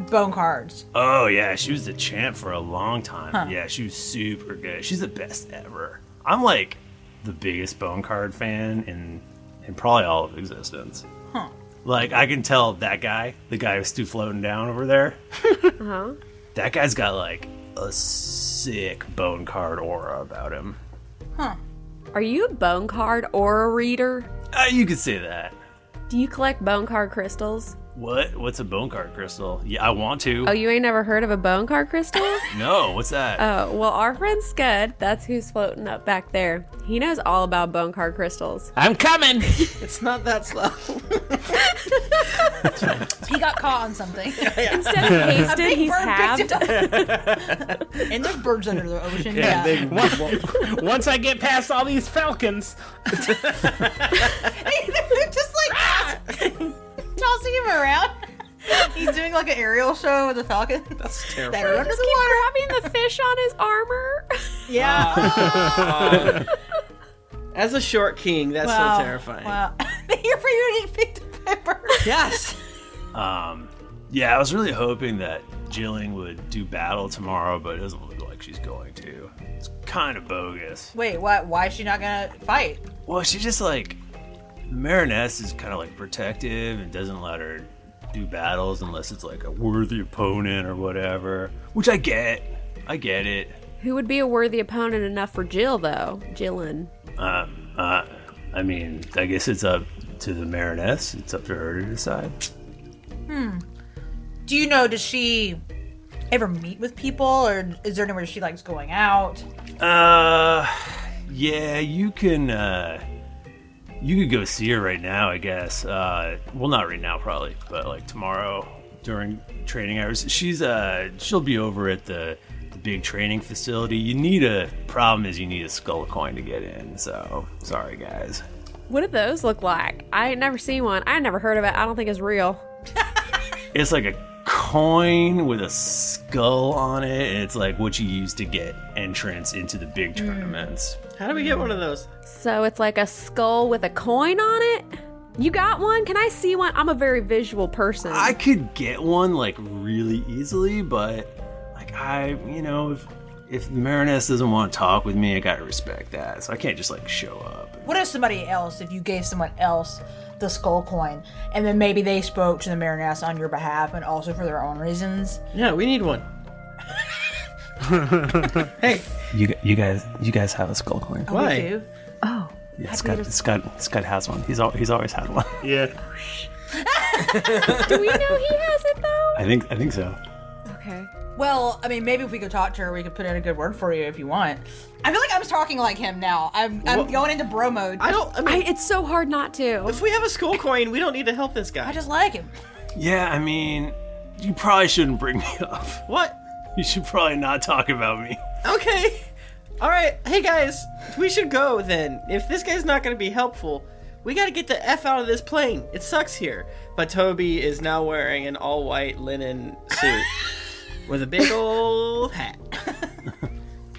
Speaker 5: bone cards.
Speaker 1: Oh yeah, she was the champ for a long time.
Speaker 5: Huh.
Speaker 1: Yeah, she was super good. She's the best ever. I'm like the biggest bone card fan in in probably all of existence.
Speaker 5: Huh.
Speaker 1: Like I can tell that guy, the guy who's still floating down over there,
Speaker 7: Huh?
Speaker 1: that guy's got like a sick bone card aura about him.
Speaker 7: Huh. Are you a bone card or a reader?
Speaker 1: Uh, you could say that.
Speaker 7: Do you collect bone card crystals?
Speaker 1: What? What's a bone card crystal? Yeah, I want to.
Speaker 7: Oh, you ain't never heard of a bone card crystal?
Speaker 1: No, what's that?
Speaker 7: Oh, well, our friend Scud, that's who's floating up back there. He knows all about bone card crystals.
Speaker 4: I'm coming!
Speaker 2: it's not that slow.
Speaker 5: He got caught on something.
Speaker 7: Instead
Speaker 4: of
Speaker 5: A
Speaker 4: pasted,
Speaker 5: big
Speaker 7: he's
Speaker 5: bird picked it up. and there's birds under the ocean. Yeah.
Speaker 4: Once- Once I get past all these falcons,
Speaker 5: They're just like tossing him around. He's doing like an aerial show with the falcon. That's
Speaker 7: Does he
Speaker 5: under
Speaker 7: just
Speaker 5: the
Speaker 7: keep
Speaker 5: water.
Speaker 7: grabbing the fish on his armor?
Speaker 5: Yeah.
Speaker 2: Um, as a short king, that's
Speaker 5: Wow.
Speaker 2: so terrifying.
Speaker 5: Wow. Here for you to get picked up by birds.
Speaker 2: Yes.
Speaker 1: Um, yeah, I was really hoping that Jilling would do battle tomorrow, but it doesn't look like she's going to. It's kind of bogus.
Speaker 5: Wait, why? Why is she not gonna fight?
Speaker 1: Well, she just like the Mariness is kind of like protective and doesn't let her do battles unless it's like a worthy opponent or whatever, which I get. I get it.
Speaker 7: Who would be a worthy opponent enough for Jill, though? Jillin.
Speaker 1: Uh, uh, I mean, I guess it's up to the Mariness. It's up to her to decide.
Speaker 5: Hmm. Do you know? Does she ever meet with people, or is there anywhere she likes going out?
Speaker 1: Uh, yeah, you can. Uh, you could go see her right now, I guess. Uh, well, not right now, probably, but like tomorrow during training hours. She's uh, she'll be over at the the big training facility. You need a problem is you need a skull coin to get in. So sorry, guys.
Speaker 7: What do those look like? I ain't never seen one. I never heard of it. I don't think it's real.
Speaker 1: It's like a coin with a skull on it, and it's like what you use to get entrance into the big tournaments.
Speaker 2: How do we get one of those?
Speaker 7: So it's like a skull with a coin on it? You got one? Can I see one? I'm a very visual person.
Speaker 1: I could get one like really easily, but like I, you know, if if Marinus doesn't want to talk with me, I gotta respect that. So I can't just like show up.
Speaker 5: What if somebody else? If you gave someone else the skull coin, and then maybe they spoke to the Mariness on your behalf, and also for their own reasons.
Speaker 2: Yeah, we need one. hey,
Speaker 1: you you guys you guys have a skull coin.
Speaker 5: Oh, We do. Oh.
Speaker 1: Yeah,
Speaker 5: Happy
Speaker 1: Scott,
Speaker 5: to-
Speaker 1: Scott Scott has one. He's al- he's always had one.
Speaker 4: Yeah.
Speaker 7: Do we know he has it, though?
Speaker 1: I think I think so.
Speaker 7: Okay.
Speaker 5: Well, I mean, maybe if we could talk to her, we could put in a good word for you if you want. I feel like I'm talking like him now. I'm, I'm going into bro mode.
Speaker 2: I don't. I mean,
Speaker 7: it's so hard not to.
Speaker 2: If we have a skull coin, we don't need to help this guy.
Speaker 5: I just like him.
Speaker 1: Yeah, I mean, you probably shouldn't bring me up.
Speaker 2: What?
Speaker 1: You should probably not talk about me.
Speaker 2: Okay. All right. Hey guys, we should go then. If this guy's not going to be helpful, we got to get the f out of this plane. It sucks here. But Toby is now wearing an all-white linen suit with a big old hat.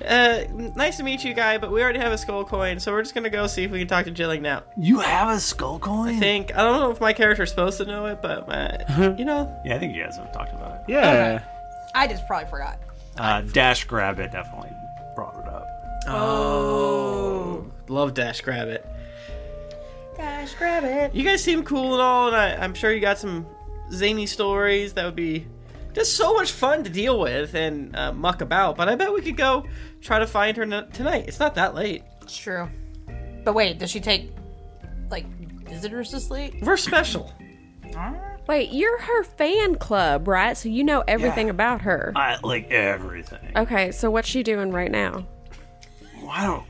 Speaker 2: Uh, nice to meet you, guy, but we already have a skull coin, so we're just gonna go see if we can talk to Jilling now.
Speaker 1: You have a skull coin?
Speaker 2: I think. I don't know if my character's supposed to know it, but uh, you know.
Speaker 1: Yeah, I think you guys have talked about it.
Speaker 4: Yeah.
Speaker 5: I just probably forgot.
Speaker 1: Uh, Dash Grabbit definitely brought it up.
Speaker 2: Oh. Love Dash Grab It.
Speaker 5: Dash, grab it.
Speaker 2: You guys seem cool and all, and I, I'm sure you got some zany stories that would be just so much fun to deal with and uh, muck about. But I bet we could go try to find her n- tonight. It's not that late.
Speaker 5: It's true. But wait, does she take like visitors this late?
Speaker 2: We're special.
Speaker 7: Wait, you're her fan club, right? So you know everything
Speaker 1: Yeah.
Speaker 7: about her.
Speaker 1: I like everything.
Speaker 7: Okay, so what's she doing right now?
Speaker 1: I don't.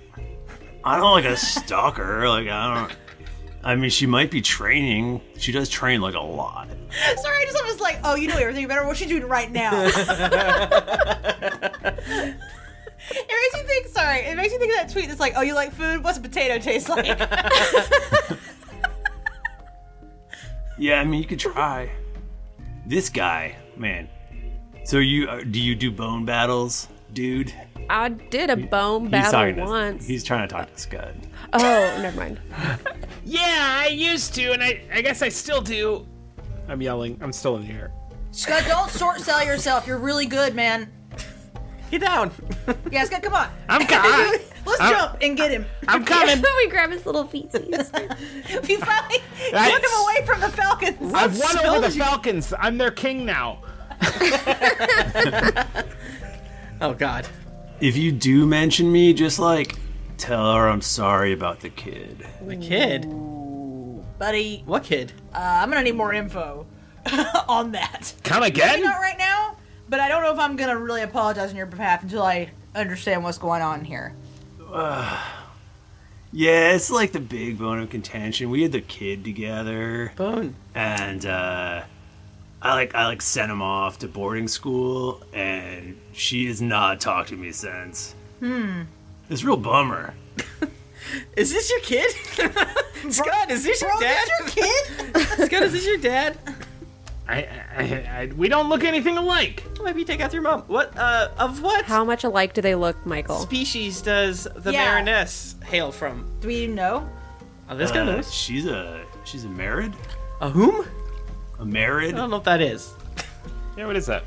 Speaker 1: I don't like a stalker. Like I don't. I mean, she might be training. She does train like a lot.
Speaker 5: Sorry, I just I was like, oh, you know everything better. What she doing right now? it makes you think. Sorry, it makes you think of that tweet that's like, oh, you like food? What's a potato taste like?
Speaker 1: Yeah, I mean, you could try. This guy, man. So you uh, do you do bone battles, dude?
Speaker 7: I did a bone
Speaker 1: he's talking
Speaker 7: battle
Speaker 1: to,
Speaker 7: once.
Speaker 1: He's trying to talk to Scud.
Speaker 7: Oh, never mind.
Speaker 4: Yeah, I used to, and I, I guess I still do. I'm yelling. I'm still in the air.
Speaker 5: Scott, don't short sell yourself. You're really good, man.
Speaker 2: Get down.
Speaker 5: Yeah, Scott, come on.
Speaker 4: I'm caught.
Speaker 5: Let's
Speaker 4: I'm-
Speaker 5: jump and get him.
Speaker 4: I'm coming.
Speaker 7: we grab his little feetsies.
Speaker 5: we finally
Speaker 4: That's-
Speaker 5: took him away from the Falcons.
Speaker 4: I've won over the Falcons. I'm their king now.
Speaker 2: Oh God.
Speaker 1: If you do mention me, just like tell her I'm sorry about the kid.
Speaker 2: The kid.
Speaker 5: Buddy,
Speaker 2: What kid?
Speaker 5: uh, I'm gonna need more info on that.
Speaker 4: Come
Speaker 5: Maybe not right now, but I don't know if I'm gonna really apologize on your behalf until I understand what's going on here.
Speaker 1: Yeah, it's like the big bone of contention. We had the kid together.
Speaker 2: Bone.
Speaker 1: and uh, I like I like sent him off to boarding school, and she has not talked to me since.
Speaker 5: Hmm.
Speaker 1: It's a real bummer.
Speaker 2: Is this your kid? Scott, is this your
Speaker 5: Bro,
Speaker 2: dad?
Speaker 5: this your kid?
Speaker 2: Scott, is this your dad?
Speaker 4: I, I, I, we don't look anything alike.
Speaker 2: Maybe take out your mom. What? Uh, of what
Speaker 7: How much alike do they look, Michael?
Speaker 2: species does the
Speaker 5: Yeah.
Speaker 2: Baroness hail from?
Speaker 5: Do we know?
Speaker 2: Oh, this guy
Speaker 1: Uh,
Speaker 2: knows.
Speaker 1: She's a she's a married,
Speaker 2: A whom?
Speaker 1: a
Speaker 2: I
Speaker 1: married.
Speaker 2: don't know what that is.
Speaker 4: Yeah, what is that?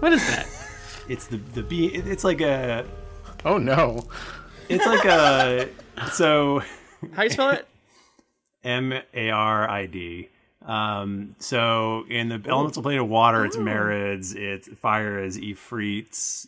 Speaker 2: What is that?
Speaker 1: It's the the bee. it- It's like a
Speaker 4: Oh no.
Speaker 1: it's like a so
Speaker 2: How do you spell it?
Speaker 1: M A R I D. Um, so in the elemental plane of water, it's marids. It's fire is Ifrits,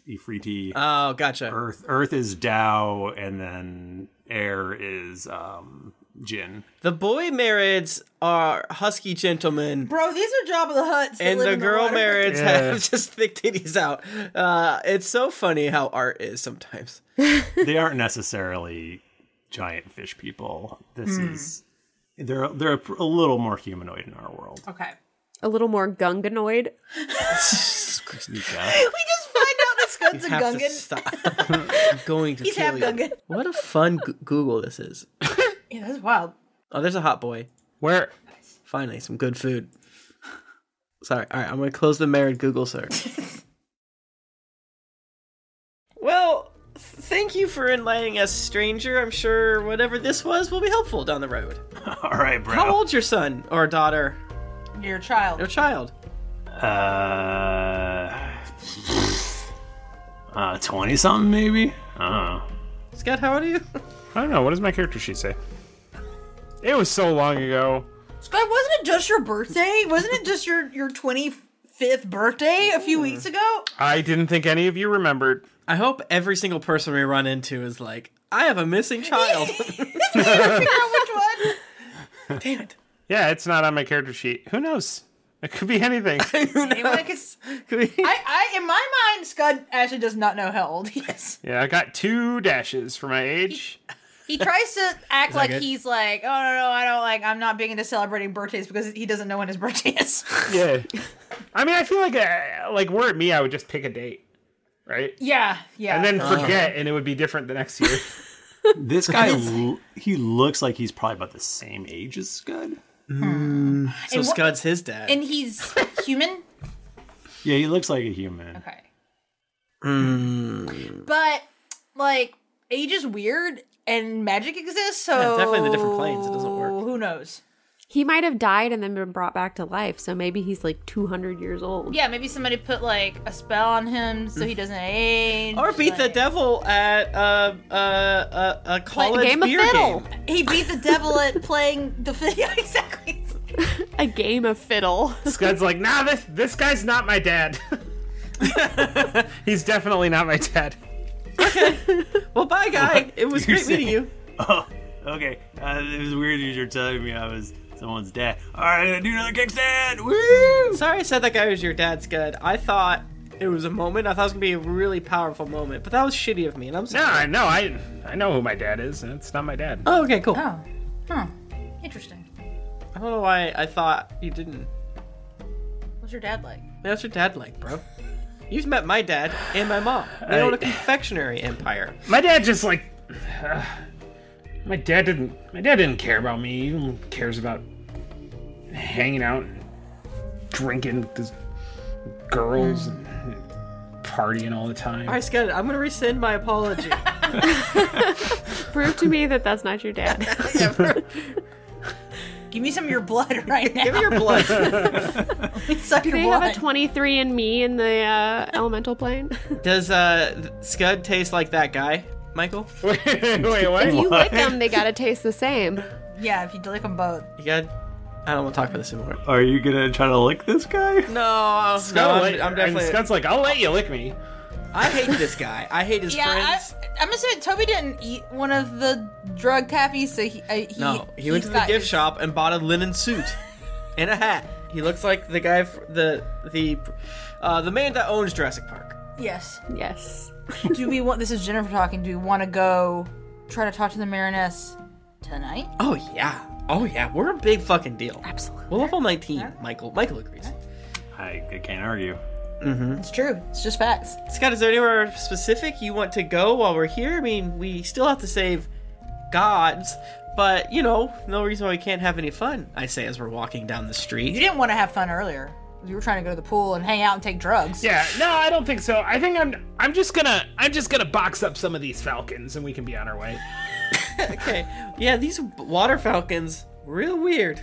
Speaker 1: Ifriti.
Speaker 2: Oh, gotcha.
Speaker 1: Earth Earth is Tao, and then air is um Jin.
Speaker 2: The boy marrieds are husky gentlemen,
Speaker 5: Bro, these are Job of the Huts. that
Speaker 2: and
Speaker 5: live
Speaker 2: the
Speaker 5: in
Speaker 2: girl
Speaker 5: water.
Speaker 2: marrieds
Speaker 4: Yeah.
Speaker 2: have just thick titties out. Uh, it's so funny how art is sometimes.
Speaker 1: They aren't necessarily giant fish people. This is they're they're a, a little more humanoid in our world.
Speaker 5: Okay.
Speaker 7: A little more gunganoid.
Speaker 1: Nika.
Speaker 5: We just find out that Scott's a
Speaker 2: Have to
Speaker 5: Gungan.
Speaker 2: stop. I'm going to
Speaker 5: He's half
Speaker 2: kill you.
Speaker 5: Gungan.
Speaker 2: What a fun Go- Google this is.
Speaker 5: Yeah, that's wild.
Speaker 2: Oh, there's a hot boy.
Speaker 4: Where?
Speaker 2: Finally, some good food. Sorry. All right, I'm going to close the married Google search. well, th- thank you for enlightening us, stranger. I'm sure whatever this was will be helpful down the road.
Speaker 1: All right, bro.
Speaker 2: How old's your son or daughter
Speaker 5: You're a child.
Speaker 2: or child?
Speaker 1: Uh, uh, twenty something maybe. I don't know.
Speaker 2: Scott, how old are you?
Speaker 4: I don't know. What does my character sheet say? It was so long ago.
Speaker 5: Scott, wasn't it just your birthday? Wasn't it just your your 25th birthday a few weeks ago?
Speaker 4: I didn't think any of you remembered.
Speaker 2: I hope every single person we run into is like, I have a missing child.
Speaker 5: Figure out which one.
Speaker 2: Damn it.
Speaker 4: Yeah, it's not on my character sheet. Who knows? It could be anything.
Speaker 5: Anyone that gets-
Speaker 2: Could we-
Speaker 5: I, I, in my mind, Scott actually does not know how old he is.
Speaker 4: yeah, I got two dashes for my age.
Speaker 5: He tries to act like
Speaker 2: good?
Speaker 5: he's like, oh no no, I don't like. I'm not big into celebrating birthdays because he doesn't know when his birthday is.
Speaker 4: Yeah. I mean, I feel like uh, like were it me, I would just pick a date, right?
Speaker 5: yeah, yeah.
Speaker 4: And then forget, and it would be different the next year.
Speaker 1: This guy, l- he looks like he's probably about the same age as Scud.
Speaker 2: so
Speaker 5: and what-
Speaker 2: Scud's his dad.
Speaker 5: and he's human.
Speaker 1: Yeah, he looks like a human.
Speaker 5: Okay.
Speaker 2: Hmm.
Speaker 5: But like, age is weird, and magic exists. So
Speaker 2: Yeah, definitely the different planes, it doesn't work.
Speaker 5: Who knows?
Speaker 7: He might have died and then been brought back to life, so maybe he's like 200 years old.
Speaker 5: Yeah, maybe somebody put like a spell on him so he doesn't age.
Speaker 2: Mm. Or beat the devil at uh, uh, uh, a college
Speaker 5: game of
Speaker 2: beer
Speaker 5: fiddle.
Speaker 2: game.
Speaker 5: He beat the devil at playing the fiddle. exactly.
Speaker 7: A game of fiddle.
Speaker 4: Scud's like, nah, this this guy's not my dad. He's definitely not my dad.
Speaker 2: Well, bye, guy. It was
Speaker 12: You're
Speaker 2: great meeting
Speaker 12: saying-
Speaker 2: you.
Speaker 12: Oh, okay. Uh, it was weird as you're telling me I was someone's dad. All right, I'm gonna do another kickstand. Woo!
Speaker 2: Sorry I said that guy was your dad's good. I thought it was a moment. I thought it was going to be a really powerful moment, but that was shitty of me, and I'm sorry.
Speaker 4: No, I know, I I know who my dad is, and it's not my dad.
Speaker 2: Oh, okay, cool.
Speaker 5: Oh, huh. Interesting.
Speaker 2: I don't know why I thought you didn't.
Speaker 5: What's your dad like?
Speaker 2: That's your dad like, bro. You've met my dad and my mom. They
Speaker 4: I-
Speaker 2: own a confectionery empire.
Speaker 4: My dad just like my dad didn't my dad didn't care about me. He only cares about hanging out and drinking with his girls and partying all the time.
Speaker 2: All right, Scott, I'm going to rescind my apology.
Speaker 7: Prove to me that that's not your dad.
Speaker 5: Give me some of your blood right now.
Speaker 2: Give me your blood.
Speaker 5: suck
Speaker 7: Do
Speaker 5: your
Speaker 7: they
Speaker 5: blood.
Speaker 7: have a 23 and me in the uh, elemental plane?
Speaker 2: Does uh, th- Scud taste like that guy, Michael?
Speaker 4: wait,
Speaker 7: If you lick them, they gotta taste the same.
Speaker 5: Yeah, if you lick them both.
Speaker 2: You got. I don't want to talk about this anymore.
Speaker 12: Are you gonna try to lick this guy?
Speaker 2: No,
Speaker 4: Scud
Speaker 2: no, I'm,
Speaker 4: like-
Speaker 2: I'm
Speaker 4: and
Speaker 2: definitely.
Speaker 4: Scud's like, I'll let you lick me.
Speaker 2: I hate this guy. I hate his
Speaker 5: Yeah,
Speaker 2: friends.
Speaker 5: I, I'm assuming Toby didn't eat one of the drug cafes, so he uh, he,
Speaker 2: no, he, went
Speaker 5: he's
Speaker 2: to the
Speaker 5: got
Speaker 2: gift
Speaker 5: his-
Speaker 2: shop and bought a linen suit and a hat. He looks like the guy, f- the the uh, the man that owns Jurassic Park.
Speaker 5: Yes.
Speaker 7: Yes.
Speaker 5: do we want? This is Jennifer talking. Do we want to go try to talk to the Mariness tonight?
Speaker 2: Oh yeah, oh yeah, we're a big fucking deal.
Speaker 7: Absolutely.
Speaker 2: We're level 19, Michael. Michael agrees.
Speaker 12: I, I can't argue.
Speaker 2: Mm-hmm.
Speaker 5: It's true. It's just facts.
Speaker 2: Scott, is there anywhere specific you want to go while we're here? I mean, we still have to save gods, but you know, no reason why we can't have any fun. I say as we're walking down the
Speaker 5: You
Speaker 2: street.
Speaker 5: didn't want to have fun earlier. You were trying to go to the pool and hang out and take drugs.
Speaker 4: Yeah, no, I don't think so. I think I'm I'm just gonna I'm just gonna box up some of these falcons and we can be on our way.
Speaker 2: okay. Yeah, these water falcons, real weird.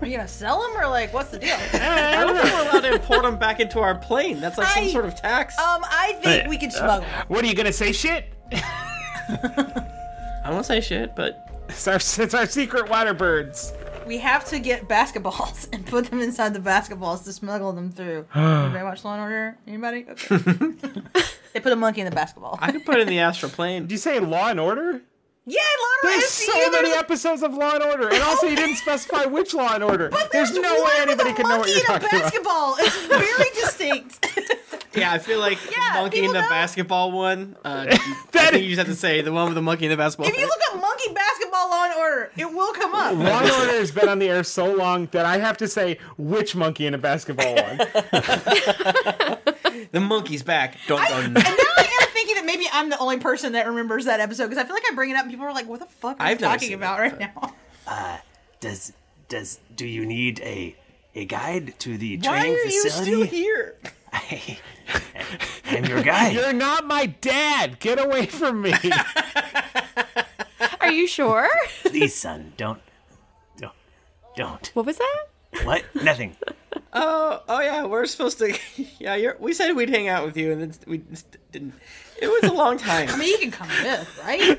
Speaker 5: Are you gonna sell them or like what's the deal? Um,
Speaker 2: I don't think we're allowed to import them back into our plane. That's like some
Speaker 5: I-
Speaker 2: sort of tax.
Speaker 5: Um, I think we
Speaker 2: uh,
Speaker 5: could smuggle.
Speaker 4: What are you gonna say, shit?
Speaker 2: I won't say shit, but
Speaker 4: it's our it's our secret water birds.
Speaker 5: We have to get basketballs and put them inside the basketballs to smuggle them through. Anybody watch Law and Order? Anybody? Okay. they put a monkey in the basketball.
Speaker 2: I could put it in the astral plane. Did
Speaker 4: you say Law and Order?
Speaker 5: Yeah, Law and Order.
Speaker 4: There's
Speaker 5: SVU,
Speaker 4: so
Speaker 5: there's
Speaker 4: many
Speaker 5: a-
Speaker 4: episodes of Law and Order, and also you didn't specify which Law and Order.
Speaker 5: But
Speaker 4: there's, no way
Speaker 5: one with
Speaker 4: anybody
Speaker 5: a
Speaker 4: can know what
Speaker 5: monkey
Speaker 4: you're
Speaker 5: in a
Speaker 4: talking about.
Speaker 5: basketball. It's very distinct.
Speaker 2: Yeah, I feel like monkey in the basketball one. Uh, I think you just have to say the one with the monkey in the basketball.
Speaker 5: if you look up monkey basketball Law and Order, it will come up.
Speaker 4: Law and Order has been on the air so long that I have to say which monkey in a basketball one.
Speaker 2: the monkey's back. Don't
Speaker 5: I'm thinking that maybe I'm the only person that remembers that episode because I feel like I bring it up and people are like, "What the fuck are you
Speaker 12: I've never
Speaker 5: talking
Speaker 12: seen
Speaker 5: about right now?"
Speaker 12: Uh, does does do you need a a guide to the
Speaker 2: Why
Speaker 12: training
Speaker 2: are you
Speaker 12: facility?
Speaker 2: still here?
Speaker 12: I'm your guide.
Speaker 4: You're not my dad. Get away from me.
Speaker 7: Are you sure?
Speaker 12: Please, son, don't don't don't.
Speaker 7: What was that?
Speaker 12: What? Nothing.
Speaker 2: Oh, oh yeah, we're supposed to. Yeah, you're, we said we'd hang out with you, and then we just didn't. It was a long time.
Speaker 5: I mean, you can come with, right?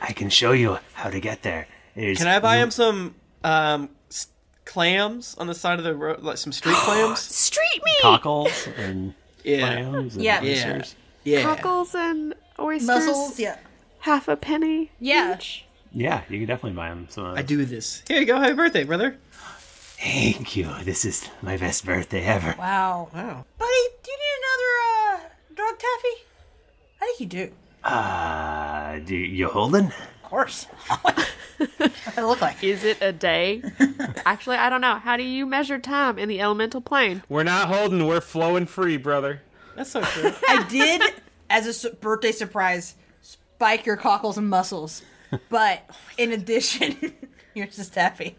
Speaker 12: I can show you how to get there. There's-
Speaker 2: Can I buy
Speaker 12: you-
Speaker 2: him some um, s- clams on the side of the road, like some street clams?
Speaker 7: Street me!
Speaker 12: cockles and
Speaker 2: yeah.
Speaker 12: clams and
Speaker 7: Yeah.
Speaker 2: Yeah.
Speaker 12: oysters?
Speaker 2: Yeah.
Speaker 7: Cockles and oysters.
Speaker 5: Mussels, yeah.
Speaker 7: Half a penny.
Speaker 5: Yeah.
Speaker 12: Yeah, you can definitely buy him some. Of
Speaker 2: I do this. Here you go. Happy birthday, brother.
Speaker 12: Thank you. This is my best birthday ever.
Speaker 5: Wow,
Speaker 2: wow,
Speaker 5: buddy, do you need another uh, drug taffy? I think you do.
Speaker 12: Uh, do you holding?
Speaker 5: Of course. I look like?
Speaker 7: Is it a day? Actually, I don't know. How do you measure time in the elemental plane?
Speaker 4: We're not holding. We're flowing free, brother.
Speaker 2: That's so true.
Speaker 5: I did, as a su- birthday surprise, spike your cockles and muscles, but in addition, yours is taffy.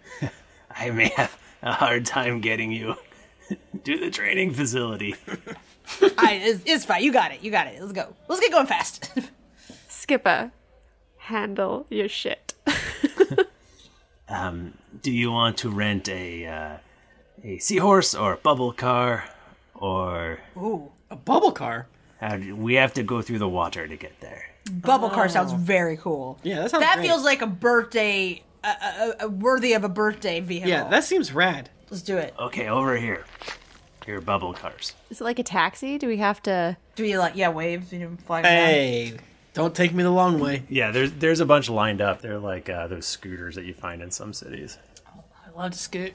Speaker 12: I may have a hard time getting you to the training facility.
Speaker 5: All right, it's, it's fine. You got it. You got it. Let's go. Let's get going fast.
Speaker 7: Skipper, handle your shit.
Speaker 12: Um, do you want to rent a uh, a seahorse or a bubble car or
Speaker 5: Ooh,
Speaker 2: a bubble car?
Speaker 12: How do, we have to go through the water to get there.
Speaker 5: Bubble car sounds very cool.
Speaker 2: Oh. Yeah, that sounds
Speaker 5: That
Speaker 2: great.
Speaker 5: feels like a birthday, uh, uh, uh, worthy of a birthday vehicle.
Speaker 2: Yeah, that seems rad.
Speaker 5: Let's do it.
Speaker 12: Okay, over here. Here are bubble cars.
Speaker 7: Is it like a taxi? Do we have to?
Speaker 5: Do you like yeah wave? You know, fly
Speaker 2: Hey, don't take me the long way.
Speaker 1: Yeah, there's there's a bunch lined up. They're like uh, those scooters that you find in some cities.
Speaker 5: I love to scoot.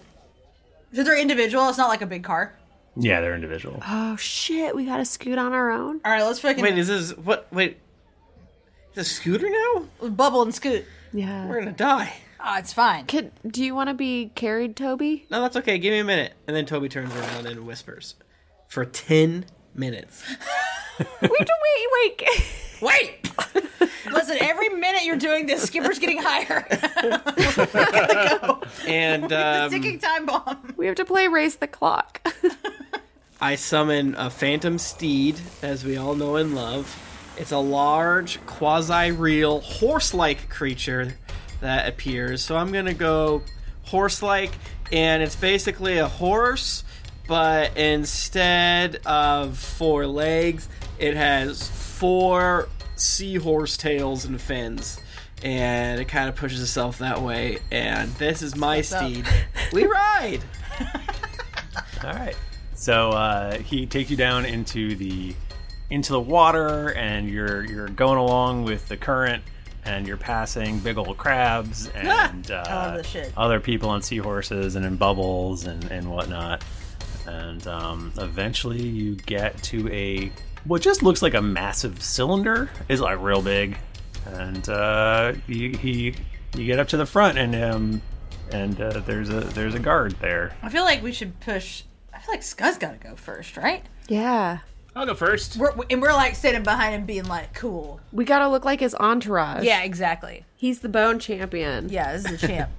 Speaker 5: So they're individual. It's not like a big car.
Speaker 1: Yeah, they're individual.
Speaker 7: Oh shit, we gotta scoot on our own.
Speaker 5: All right, let's fucking
Speaker 2: Wait, is this what? Wait, the scooter now?
Speaker 5: Bubble and scoot.
Speaker 7: Yeah,
Speaker 2: we're gonna die.
Speaker 5: Oh, it's fine.
Speaker 7: Could do you want to be carried, Toby?
Speaker 2: No, that's okay. Give me a minute. And then Toby turns around and whispers for ten minutes.
Speaker 7: wait, wait, wait,
Speaker 5: wait. Listen, every minute you're doing this, Skipper's getting higher.
Speaker 2: And um,
Speaker 5: Ticking time bomb.
Speaker 7: We have to play race the clock.
Speaker 2: I summon a phantom steed, as we all know and love. It's a large, quasi-real, horse-like creature that appears. So I'm gonna go horse-like, and it's basically a horse, but instead of four legs, it has four seahorse tails and fins. And it kind of pushes itself that way. And this is my
Speaker 1: What's up?
Speaker 2: steed. we ride.
Speaker 1: All right. So uh, he takes you down into the into the water, and you're you're going along with the current, and you're passing big old crabs and
Speaker 5: Ah! I love this shit.
Speaker 1: uh, other people on seahorses and in bubbles and and whatnot. And um, eventually, you get to a what just looks like a massive cylinder. It's like real big, and uh, you, he you get up to the front, and um, and uh, there's a there's a guard there.
Speaker 5: I feel like we should push. I feel like Scuzz got to go first, right?
Speaker 7: Yeah.
Speaker 4: I'll go first.
Speaker 5: We're, and we're like sitting behind him, being like, "Cool."
Speaker 7: We gotta look like his entourage.
Speaker 5: Yeah, exactly.
Speaker 7: He's the bone champion.
Speaker 5: Yeah, this is the champ.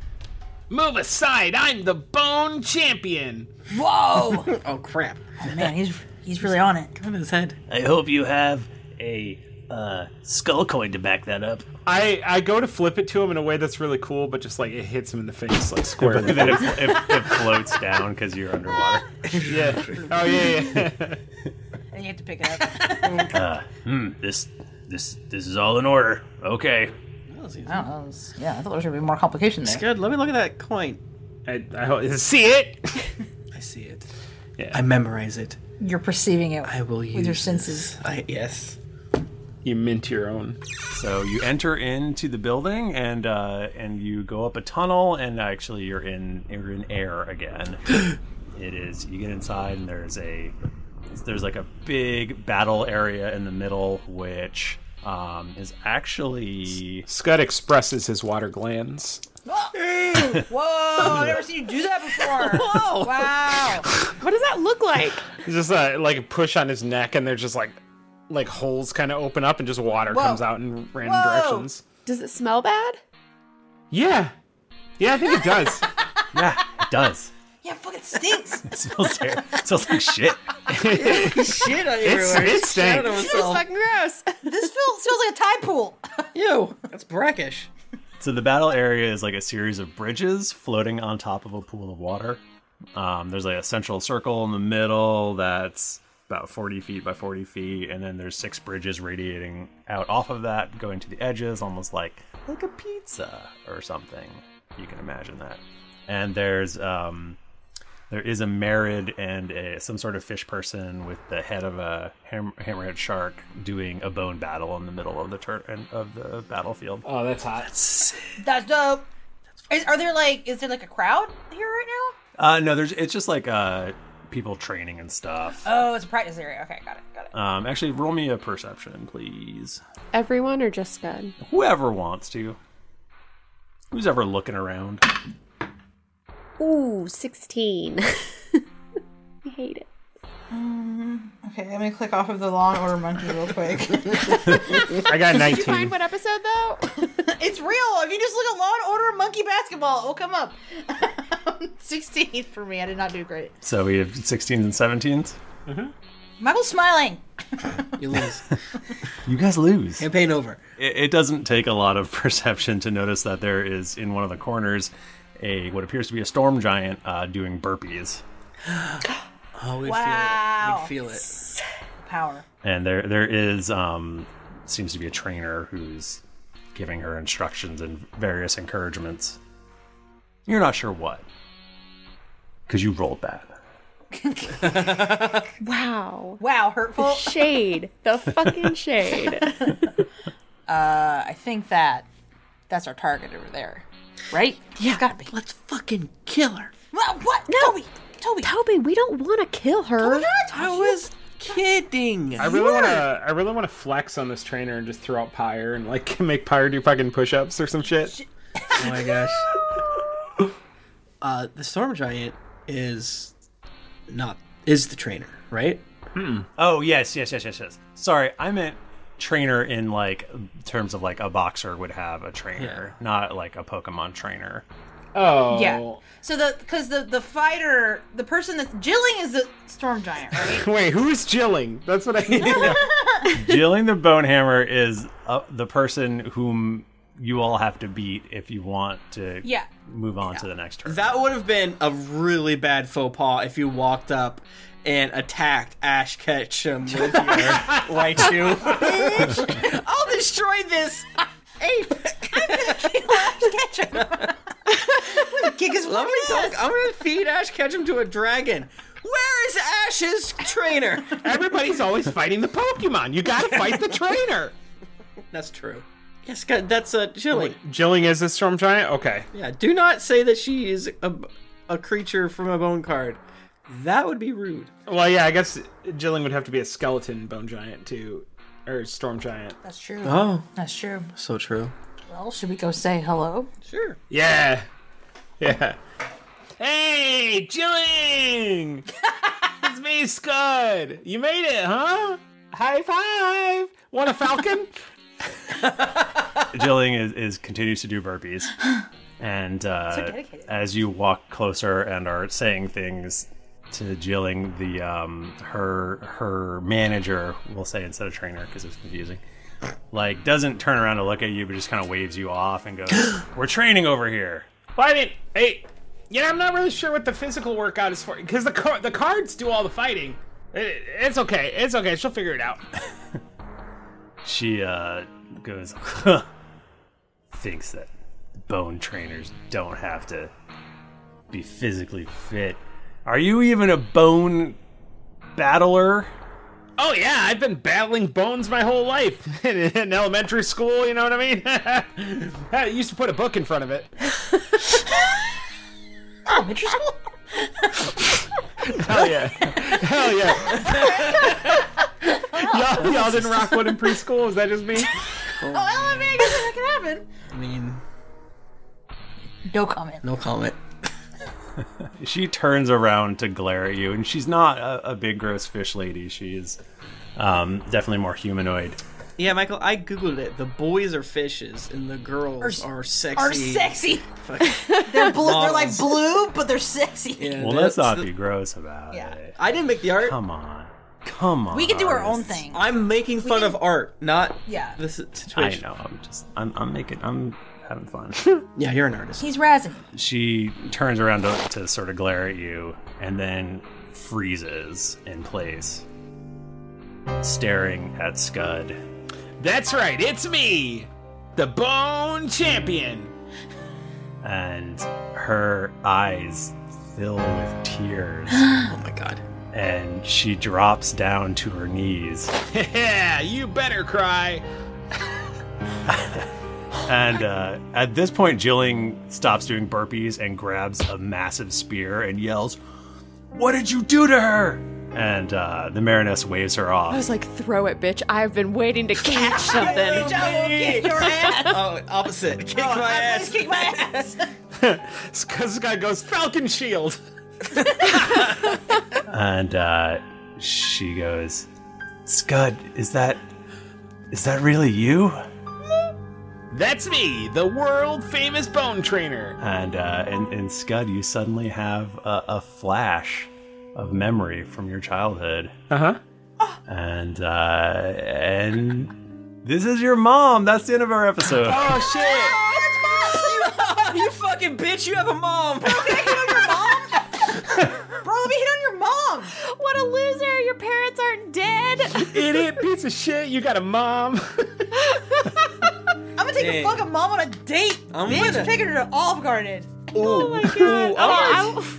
Speaker 4: Move aside. I'm the bone champion.
Speaker 5: Whoa.
Speaker 2: oh crap.
Speaker 5: Oh man, he's he's really on it.
Speaker 2: Come on his head.
Speaker 12: I hope you have a uh, skull coin to back that up.
Speaker 4: I, I go to flip it to him in a way that's really cool, but just like it hits him in the face, like square. in the
Speaker 1: Then it,
Speaker 4: face.
Speaker 1: it, it floats down because you're underwater.
Speaker 4: yeah. Oh yeah. yeah.
Speaker 5: And you have to pick it up.
Speaker 12: Uh, hmm, this this this is all in order. Okay.
Speaker 5: I don't know. it was- yeah, I thought there was gonna be more complication there.
Speaker 2: Good. Let me look at that coin.
Speaker 4: I, I hope, see it.
Speaker 2: I see it. I memorize it.
Speaker 5: You're perceiving it.
Speaker 2: I will
Speaker 5: with
Speaker 2: use
Speaker 5: your
Speaker 2: this.
Speaker 5: senses.
Speaker 2: I, yes.
Speaker 4: You mint your own.
Speaker 1: So you enter into the building and uh, and you go up a tunnel and actually you're in you're in air again. it is you get inside and there's a there's like a big battle area in the middle which um, is actually
Speaker 4: Scud expresses his water glands.
Speaker 5: Whoa! I've never seen you do that before. Whoa! Wow!
Speaker 7: What does that look like?
Speaker 4: It's just uh, like a push on his neck, and they're just like like holes kind of open up, and just water
Speaker 7: Whoa.
Speaker 4: comes out in random
Speaker 7: Whoa.
Speaker 4: directions.
Speaker 7: Does it smell bad?
Speaker 4: Yeah, yeah, I think it does.
Speaker 1: yeah, it does.
Speaker 5: Yeah, it fucking stinks.
Speaker 1: It smells, ter- it smells like shit.
Speaker 2: shit on everywhere.
Speaker 4: it
Speaker 2: Shit on
Speaker 4: stinks.
Speaker 2: himself.
Speaker 7: fucking gross.
Speaker 5: this feels, smells like a tide pool.
Speaker 2: Ew, that's brackish.
Speaker 1: So the battle area is like a series of bridges floating on top of a pool of water. Um, there's like a central circle in the middle that's about 40 feet by 40 feet, and then there's six bridges radiating out off of that, going to the edges, almost like like a pizza or something. You can imagine that. And there's um, there is a merid and a, some sort of fish person with the head of a ham- hammerhead shark doing a bone battle in the middle of the turn of the battlefield.
Speaker 4: Oh, that's hot.
Speaker 5: That's dope. Is, are there like is there like a crowd here right
Speaker 1: Uh, no, there's it's just like uh, people training and stuff.
Speaker 5: now? Oh, it's a practice area. Okay, got it, got it.
Speaker 1: Um, actually, roll me a perception, please.
Speaker 7: Everyone or just Scud?
Speaker 1: Whoever wants to. Who's ever looking around?
Speaker 7: Ooh, 16. I hate it.
Speaker 5: Um, okay, let me click off of the Law and Order monkey real quick.
Speaker 4: I got
Speaker 7: Did you find
Speaker 4: nineteen.
Speaker 7: what episode though?
Speaker 5: it's real. If you just look at Law and Order monkey basketball, it will come up. Sixteen for me. I did not do great.
Speaker 1: So we have 16s and 17s.
Speaker 5: Michael's smiling.
Speaker 2: You lose.
Speaker 1: You guys lose.
Speaker 2: Campaign over.
Speaker 1: It, it doesn't take a lot of perception to notice that there is in one of the corners a what appears to be a storm giant uh, doing burpees.
Speaker 2: Oh, we'd
Speaker 5: wow.
Speaker 2: feel it. We'd feel
Speaker 5: it. Power.
Speaker 1: and there there is um seems to be a trainer who's giving her instructions and various encouragements you're not sure what because you rolled bad
Speaker 7: Wow.
Speaker 5: Wow, hurtful.
Speaker 7: The shade. The fucking shade.
Speaker 5: Uh, I think that that's our target over there, right? Yeah, gotta be. Let's
Speaker 2: fucking kill her.
Speaker 5: What? what? No, Toby. Toby.
Speaker 7: Toby, we don't want to kill her.
Speaker 2: I was kidding.
Speaker 4: I really want to. I really want to flex on this trainer and just throw out Pyre and like make Pyre do fucking push-ups or some shit.
Speaker 2: Oh my gosh. Uh, the storm giant is not is the trainer, right?
Speaker 1: Hmm. oh yes yes yes yes yes sorry i meant trainer in like terms of like a boxer would have a trainer not like a pokemon trainer
Speaker 4: oh
Speaker 5: Yeah. So the because the the fighter, the person that's Jilling is the storm giant, right?
Speaker 4: Wait, who's Jilling? That's what I need. to know.
Speaker 1: Jilling the Bonehammer is uh, the person whom you all have to beat if you want to
Speaker 2: Yeah.
Speaker 1: move on to the next turn.
Speaker 2: That would have been a really bad faux pas if you walked up and attacked Ash Ketchum with your Raichu. Bitch, I'll destroy this ape.
Speaker 5: Kick his
Speaker 2: Let me talk. I'm gonna feed Ash Ketchum to a dragon. Where is Ash's trainer?
Speaker 4: Everybody's always fighting the Pokemon. You gotta fight the trainer.
Speaker 2: That's true. Yes, God, that's a uh, chilling.
Speaker 4: Jilling is a storm giant. Okay.
Speaker 2: Yeah, do not say that she is a, a creature from a bone card. That would be rude.
Speaker 4: Well, yeah, I guess Jilling would have to be a skeleton bone giant too, or storm giant.
Speaker 5: That's true.
Speaker 2: Oh.
Speaker 5: that's true.
Speaker 2: So true.
Speaker 5: Well, should we go say hello?
Speaker 2: Sure.
Speaker 4: Yeah. Yeah. Hey, Jilling! it's me, Scud. You made it, huh? High five! Want a falcon?
Speaker 1: Jilling is, is continues to do burpees, and
Speaker 5: So
Speaker 1: uh,
Speaker 5: dedicated.
Speaker 1: as you walk closer and are saying things to Jilling, the um, her her manager will say instead of trainer because it's confusing. Like doesn't turn around to look at you, but just kind of waves you off and goes, "We're training over here."
Speaker 4: Well, I mean, hey, you know, I'm not really sure what the physical workout is for because the car- the cards do all the fighting. It- it's okay. It's okay. She'll figure it out.
Speaker 1: She uh, goes, thinks that bone trainers don't have to be physically fit. Are you even a bone battler?
Speaker 4: Oh yeah, I've been battling bones my whole life in, in elementary school. You know what I mean? I used to put a book in front of it.
Speaker 5: Elementary school.
Speaker 4: Hell yeah! Hell Oh, yeah! y'all, y'all didn't rock one in preschool. Is that just me?
Speaker 5: Oh, elementary. I guess that can happen.
Speaker 2: I mean,
Speaker 5: No comment.
Speaker 2: no comment.
Speaker 1: She turns around to glare at you, and she's not a, a big gross fish lady. She is um, definitely more humanoid.
Speaker 2: Yeah, Michael, I googled it. The boys are fishes, and the girls are, sexy.
Speaker 5: Are sexy.
Speaker 2: Fucking-
Speaker 5: They're blue. They're like
Speaker 2: Models.
Speaker 5: blue, but they're sexy.
Speaker 2: Yeah,
Speaker 1: Well, let's
Speaker 2: that's
Speaker 1: not
Speaker 2: the-
Speaker 1: be gross about
Speaker 5: Yeah.
Speaker 1: it.
Speaker 2: I didn't make the art.
Speaker 1: Come on, come on.
Speaker 5: We can do our own thing.
Speaker 2: I'm making fun of art, not
Speaker 5: Yeah.
Speaker 2: the s-
Speaker 1: I
Speaker 2: situation.
Speaker 1: know. I'm just. I'm. I'm making. I'm having fun.
Speaker 2: Yeah, you're an artist.
Speaker 5: He's razzing.
Speaker 1: she turns around to, to sort of glare at you and then freezes in place staring at scud
Speaker 4: That's right. It's me, the Bone Champion.
Speaker 1: and her eyes fill with tears
Speaker 2: Oh my god.
Speaker 1: and she drops down to her knees
Speaker 4: Yeah, you better cry.
Speaker 1: and uh, at this point jilling stops doing burpees and grabs a massive spear and yells what did you do to her and uh, the mariness waves her
Speaker 7: I
Speaker 1: off
Speaker 7: was like, throw it, bitch. I've been waiting to catch something.
Speaker 5: Your ass.
Speaker 2: Oh, opposite. Kick my ass.
Speaker 5: Kick my ass.
Speaker 4: Because guy goes Falcon Shield.
Speaker 1: and uh, she goes, "Scud, is that is that really you?"
Speaker 4: That's me, the world famous bone trainer.
Speaker 1: And uh, and, and Scud, you suddenly have a, a flash of memory from your childhood,
Speaker 4: Uh huh.
Speaker 1: and uh, and
Speaker 7: Oh,
Speaker 1: this is your mom. That's the end of our episode.
Speaker 4: Oh shit.
Speaker 5: you, you fucking
Speaker 2: bitch, you have a mom.
Speaker 5: Bro, let me hit on your mom.
Speaker 3: What a loser! Your parents aren't dead.
Speaker 4: Idiot, piece of shit, you got a mom.
Speaker 5: I'm gonna take
Speaker 4: Dang.
Speaker 5: a fucking mom on a date.
Speaker 4: I'm
Speaker 5: bitch,
Speaker 4: gonna-
Speaker 5: I'm taking her to Olive Garden.
Speaker 2: Oh my god. Oh, Ooh,
Speaker 5: I'm,
Speaker 2: orange.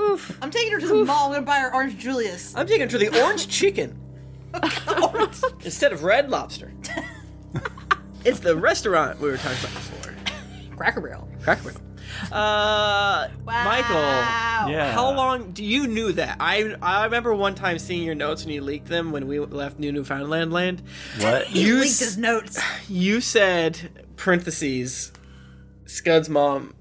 Speaker 5: oof. I'm taking her to the mall. I'm gonna buy her orange Julius.
Speaker 2: I'm taking it to the orange chicken. Instead of red lobster. it's the restaurant we were talking about before.
Speaker 5: Cracker Barrel.
Speaker 2: Cracker Barrel. Uh, Michael,
Speaker 12: Yeah.
Speaker 5: Uh.
Speaker 2: how long do you knew that? I I remember one time seeing your notes when you leaked them when we left New Newfoundland land.
Speaker 12: What?
Speaker 5: He
Speaker 2: you
Speaker 5: leaked
Speaker 2: s-
Speaker 5: his notes.
Speaker 2: you said parentheses Scud's mom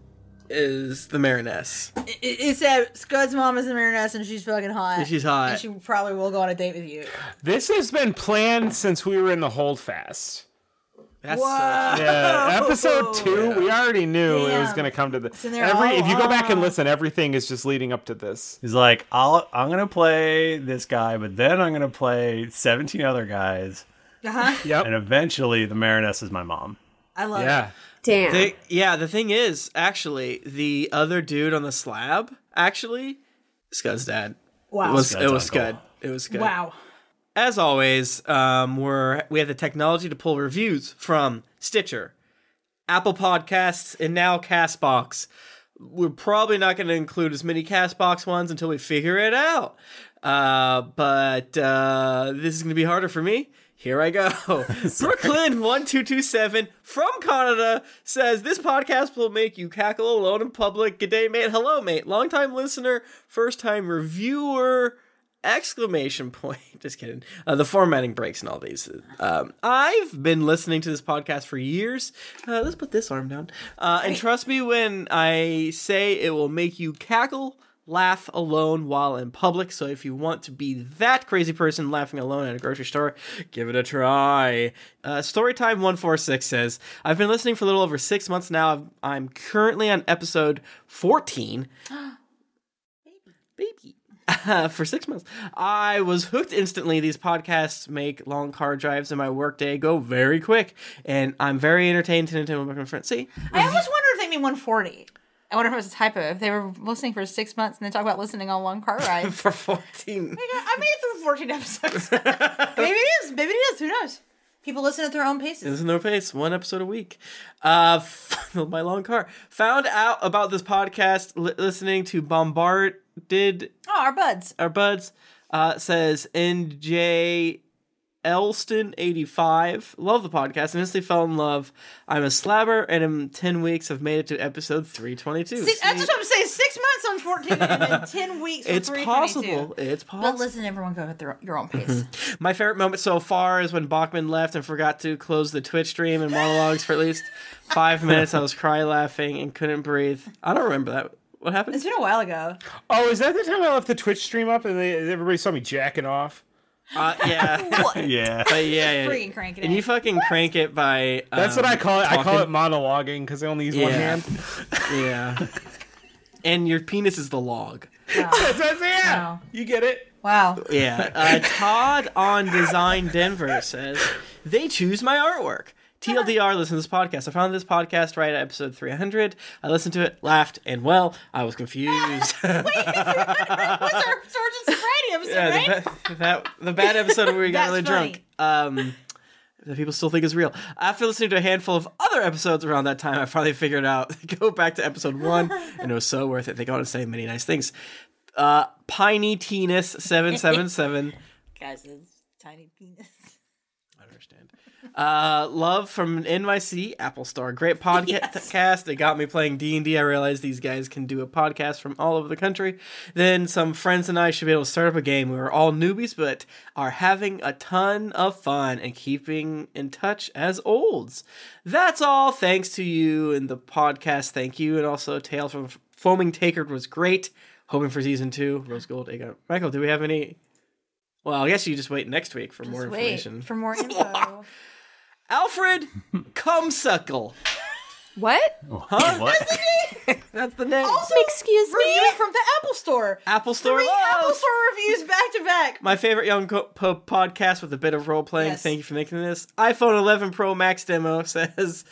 Speaker 2: is the Mariness.
Speaker 5: It, it it said Scud's mom is a Mariness and she's fucking hot.
Speaker 2: And she's hot.
Speaker 5: And she probably will go on a date with you.
Speaker 4: This has been planned since we were in the holdfast.
Speaker 5: That's so Whoa. true.
Speaker 4: yeah. Episode two, we already knew it was
Speaker 5: Damn.
Speaker 4: going to come to this.
Speaker 5: So they're
Speaker 4: Every
Speaker 5: all
Speaker 4: if you go back and listen, everything is just leading up to this.
Speaker 12: He's like, I'll, I'm gonna play this guy, but then I'm gonna play 17 other guys.
Speaker 5: Uh-huh.
Speaker 4: Yep.
Speaker 12: And eventually, the Mariness is my mom.
Speaker 5: I love
Speaker 12: Yeah.
Speaker 5: it.
Speaker 7: Damn.
Speaker 2: The- yeah, the thing is, actually, the other dude on the slab, actually, Scud's dad.
Speaker 5: Wow.
Speaker 2: It was,
Speaker 5: Scud's
Speaker 2: it was
Speaker 5: uncle.
Speaker 2: Scud. It was Scud.
Speaker 5: Wow.
Speaker 2: As always, um, we're, we have the technology to pull reviews from Stitcher, Apple Podcasts, and now Castbox. We're probably not going to include as many Castbox ones until we figure it out. Uh, but uh, this is going to be harder for me. Here I go. Brooklyn1227 from Canada says this podcast will make you cackle alone in public. Good day, mate. Hello, mate. Longtime listener, first time reviewer. Exclamation point. Just kidding. Uh, the formatting breaks in all these. Um, I've been listening to this podcast for years. Uh, let's put this arm down. Uh, and trust me when I say it will make you cackle, laugh alone while in public. So if you want to be that crazy person laughing alone at a grocery store, give it a try. Uh, Storytime146 says I've been listening for a little over six months now. I've- I'm currently on episode 14. Uh, for six months. I was hooked instantly. These podcasts make long car drives in my workday go very quick, and I'm very entertained and entertained with my friends. See,
Speaker 5: I almost wonder if they mean 140. I wonder if it was a typo. If they were listening for six months and they talk about listening on one car ride.
Speaker 2: for 14.
Speaker 5: I made it through 14 episodes. maybe it is. Maybe it is. Who knows? People listen at their own paces.
Speaker 2: This is no pace, one episode a week. Uh, my long car. Found out about this podcast li- listening to Bombarded
Speaker 5: Oh, our buds.
Speaker 2: our buds uh, says NJ Elston eighty five. Love the podcast and instantly fell in love. I'm a slabber and in ten weeks I've made it to episode three twenty two.
Speaker 5: Six, that's what I'm saying. Six months on 14 and then 10 weeks on
Speaker 2: It's
Speaker 5: 322.
Speaker 2: possible. Mm-hmm. It's possible.
Speaker 5: But listen, everyone go at their, your own pace.
Speaker 2: My favorite moment so far is when Bachman left and forgot to close the Twitch stream and monologues for at least five minutes. I was cry laughing and couldn't breathe. I don't remember that. What happened?
Speaker 5: It's been a while ago.
Speaker 4: Oh, is that the time I left the Twitch stream up and they, everybody saw me jacking off?
Speaker 2: Uh, yeah. yeah. But yeah. yeah.
Speaker 5: Freaking cranking
Speaker 2: And
Speaker 5: it.
Speaker 2: you fucking crank it by.
Speaker 4: That's what
Speaker 2: um,
Speaker 4: I call it. I call it
Speaker 2: talking.
Speaker 4: monologuing because I only use one
Speaker 2: Yeah.
Speaker 4: hand.
Speaker 2: Yeah. and your penis is the log.
Speaker 4: yeah. You get it?
Speaker 5: Wow.
Speaker 2: Yeah. Uh, Todd on Design Denver says, they choose my artwork. TLDR, listen to this podcast. I found this podcast right at episode 300. I listened to it, laughed, and well, I was confused.
Speaker 5: What's our Sergeant Sobriety episode, right?
Speaker 2: the, ba- that, the bad episode where we got
Speaker 5: That's
Speaker 2: really drunk. Um, that people still think is real. After listening to a handful of other episodes around that time, I finally figured out. Go back to episode one, and it was so worth it. They go on to say many nice things. Uh, Piney Teenus seven seven seven.
Speaker 5: Guys, it's tiny penis.
Speaker 2: Uh, love from NYC Apple Store. Great podcast. It got me playing D and I realized these guys can do a podcast from all over the country. Then some friends and I should be able to start up a game. We were all newbies, but are having a ton of fun and keeping in touch as olds. That's all. Thanks to you and the podcast. Thank you, and also Tales from Foaming Takered was great. Hoping for season two. Rose Gold. Ego. Michael, do we have any? Well, I guess you just wait next week for more
Speaker 5: Just
Speaker 2: information.
Speaker 5: wait for more info.
Speaker 2: Alfred Cumsuckle.
Speaker 7: What?
Speaker 2: Huh?
Speaker 7: What?
Speaker 2: That's the name.
Speaker 5: Also,
Speaker 7: Excuse me?
Speaker 5: review from the Apple Store.
Speaker 2: Apple Store
Speaker 5: Three Apple
Speaker 2: love.
Speaker 5: Store reviews back to back.
Speaker 2: My favorite Young Co- po- podcast with a bit of role playing.
Speaker 5: Yes.
Speaker 2: Thank you for making this. iPhone 11 Pro Max demo says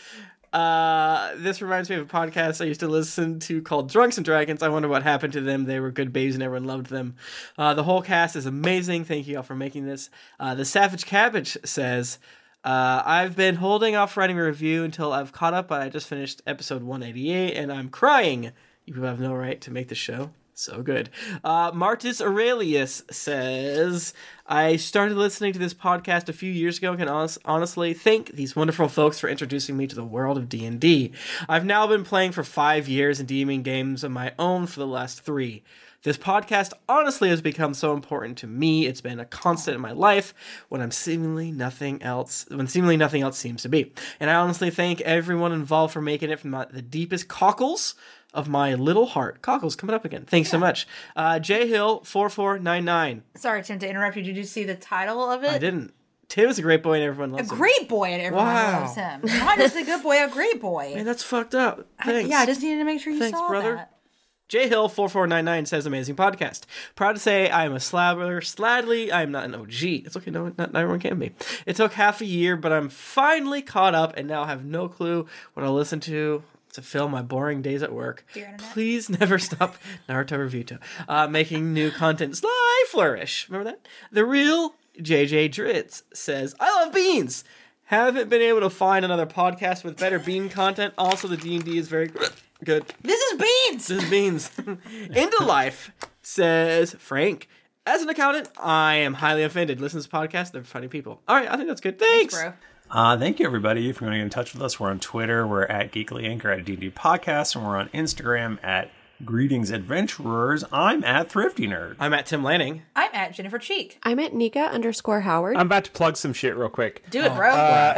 Speaker 2: Uh, this reminds me of a podcast I used to listen to called Drunks and Dragons. I wonder what happened to them. They were good babes and everyone loved them. Uh, the whole cast is amazing. Thank you all for making this. Uh, the Savage Cabbage says, uh, I've been holding off writing a review until I've caught up, but I just finished episode 188 and I'm crying. You people have no right to make the show so good. Uh, Martus Aurelius says, I started listening to this podcast a few years ago and can honest, honestly thank these wonderful folks for introducing me to the world of D&D. I've now been playing for five years and DMing games of my own for the last three. This podcast honestly has become so important to me. It's been a constant in my life when I'm seemingly nothing else, when seemingly nothing else seems to be. And I honestly thank everyone involved for making it from my, the deepest cockles of my little heart. Cockles coming up again. Thanks so much. Uh, J Hill four four nine nine.
Speaker 5: Sorry, Tim, to interrupt you. Did you see the title of it?
Speaker 2: I didn't. Tim is a great boy and everyone
Speaker 5: A
Speaker 2: loves him.
Speaker 5: great boy, and everyone
Speaker 2: Wow.
Speaker 5: loves him. Not just a good boy, a great boy.
Speaker 2: Man, that's fucked up.
Speaker 5: I-
Speaker 2: Thanks.
Speaker 5: yeah, I just needed to make sure you
Speaker 2: Thanks,
Speaker 5: saw
Speaker 2: brother.
Speaker 5: that.
Speaker 2: J Hill four four nine nine says amazing podcast. Proud to say I am a slabber. Sladly, I am not an OG. It's okay, no, not, not everyone can be. It took half a year, but I'm finally caught up and now have no clue what I listen to to fill my boring days at work. Please never stop Naruto Revuto uh, making new content. Sly flourish. Remember that? The real JJ Dritz says I love beans. Haven't been able to find another podcast with better bean content. Also, the D and D is very good.
Speaker 5: This is beans.
Speaker 2: This is beans. Into life says Frank. As an accountant, I am highly offended. Listen to this podcast; they're funny people. All right, I think that's good. Thanks,
Speaker 1: Uh, thank you, everybody. If you want to get in touch with us, we're on Twitter. We're at Geekly Inc. or at DD Podcast, and we're on Instagram at Greetings Adventurers. I'm at Thrifty Nerd.
Speaker 2: I'm at Tim Lanning.
Speaker 5: I'm at Jennifer Cheek.
Speaker 7: I'm at Nika underscore Howard.
Speaker 4: I'm about to plug some shit real quick.
Speaker 5: Do it,
Speaker 2: Oh,
Speaker 5: bro.
Speaker 4: Uh,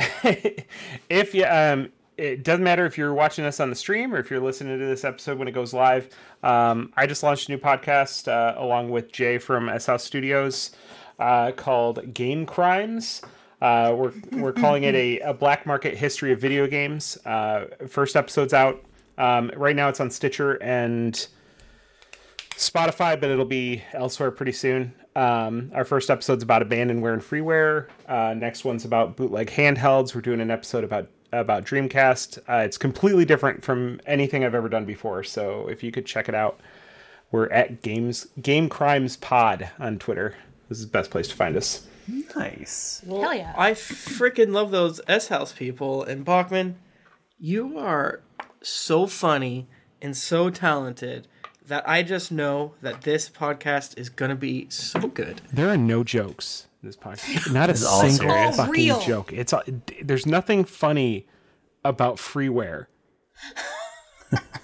Speaker 4: if you, um, it doesn't matter if you're watching us on the stream or if you're listening to this episode when it goes live. Um, I just launched a new podcast uh, along with Jay from SL Studios uh, called Game Crimes. Uh, we're we're calling it a, a black market history of video games. Uh, first episode's out um, right now. It's on Stitcher and. Spotify, but it'll be elsewhere pretty soon. Um, our first episode's about abandonware and freeware. Uh, next one's about bootleg handhelds. We're doing an episode about about Dreamcast. Uh, it's completely different from anything I've ever done before. So if you could check it out, we're at games Game Crimes Pod on Twitter. This is the best place to find us.
Speaker 1: Nice.
Speaker 5: Hell yeah.
Speaker 2: I freaking love those S House people. And Bachman, you are so funny and so talented that I just know that this podcast is gonna be so good.
Speaker 4: There are no jokes in this podcast. Not a
Speaker 1: It's all
Speaker 4: single
Speaker 1: serious.
Speaker 4: fucking
Speaker 2: Real.
Speaker 4: joke. It's all, there's nothing funny about freeware.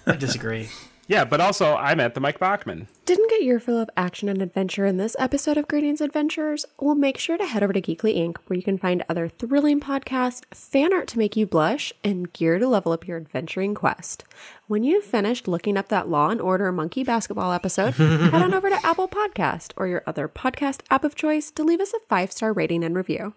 Speaker 2: I disagree.
Speaker 4: Yeah, but also I'm at the Mike Bachman.
Speaker 7: Didn't get your fill of action and adventure in this episode of Greetings Adventures? Well, make sure to head over to Geekly Inc., where you can find other thrilling podcasts, fan art to make you blush, and gear to level up your adventuring quest. When you've finished looking up that Law and Order Monkey Basketball episode, head on over to Apple Podcast or your other podcast app of choice to leave us a five star rating and review.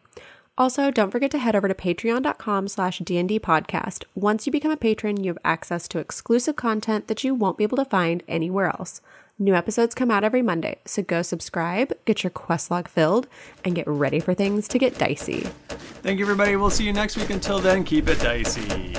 Speaker 7: Also, don't forget to head over to patreon.com slash DND podcast. Once you become a patron, you have access to exclusive content that you won't be able to find anywhere else. New episodes come out every Monday, so go subscribe, get your quest log filled, and get ready for things to get dicey.
Speaker 1: Thank you, everybody. We'll see you next week. Until then, keep it dicey.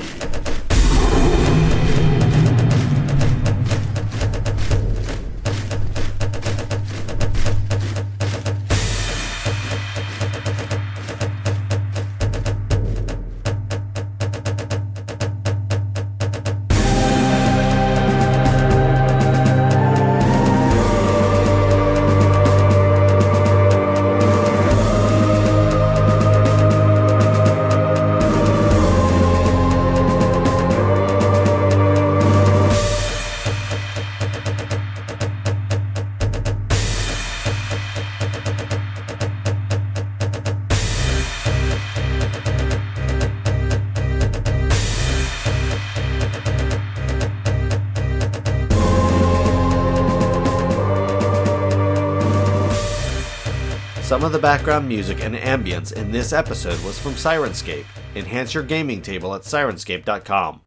Speaker 11: Some of the background music and ambience in this episode was from Sirenscape. Enhance your gaming table at sirenscape.com.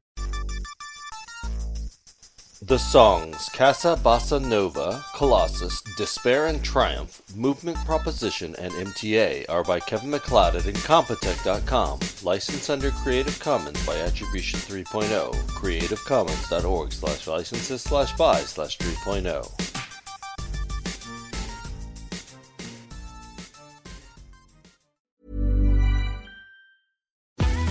Speaker 11: The songs Casa Bossa Nova, Colossus, Despair and Triumph, Movement Proposition, and MTA are by Kevin McLeod at Incompetech.com. Licensed under Creative Commons by Attribution 3.0. CreativeCommons.org slash licenses slash buy slash 3.0.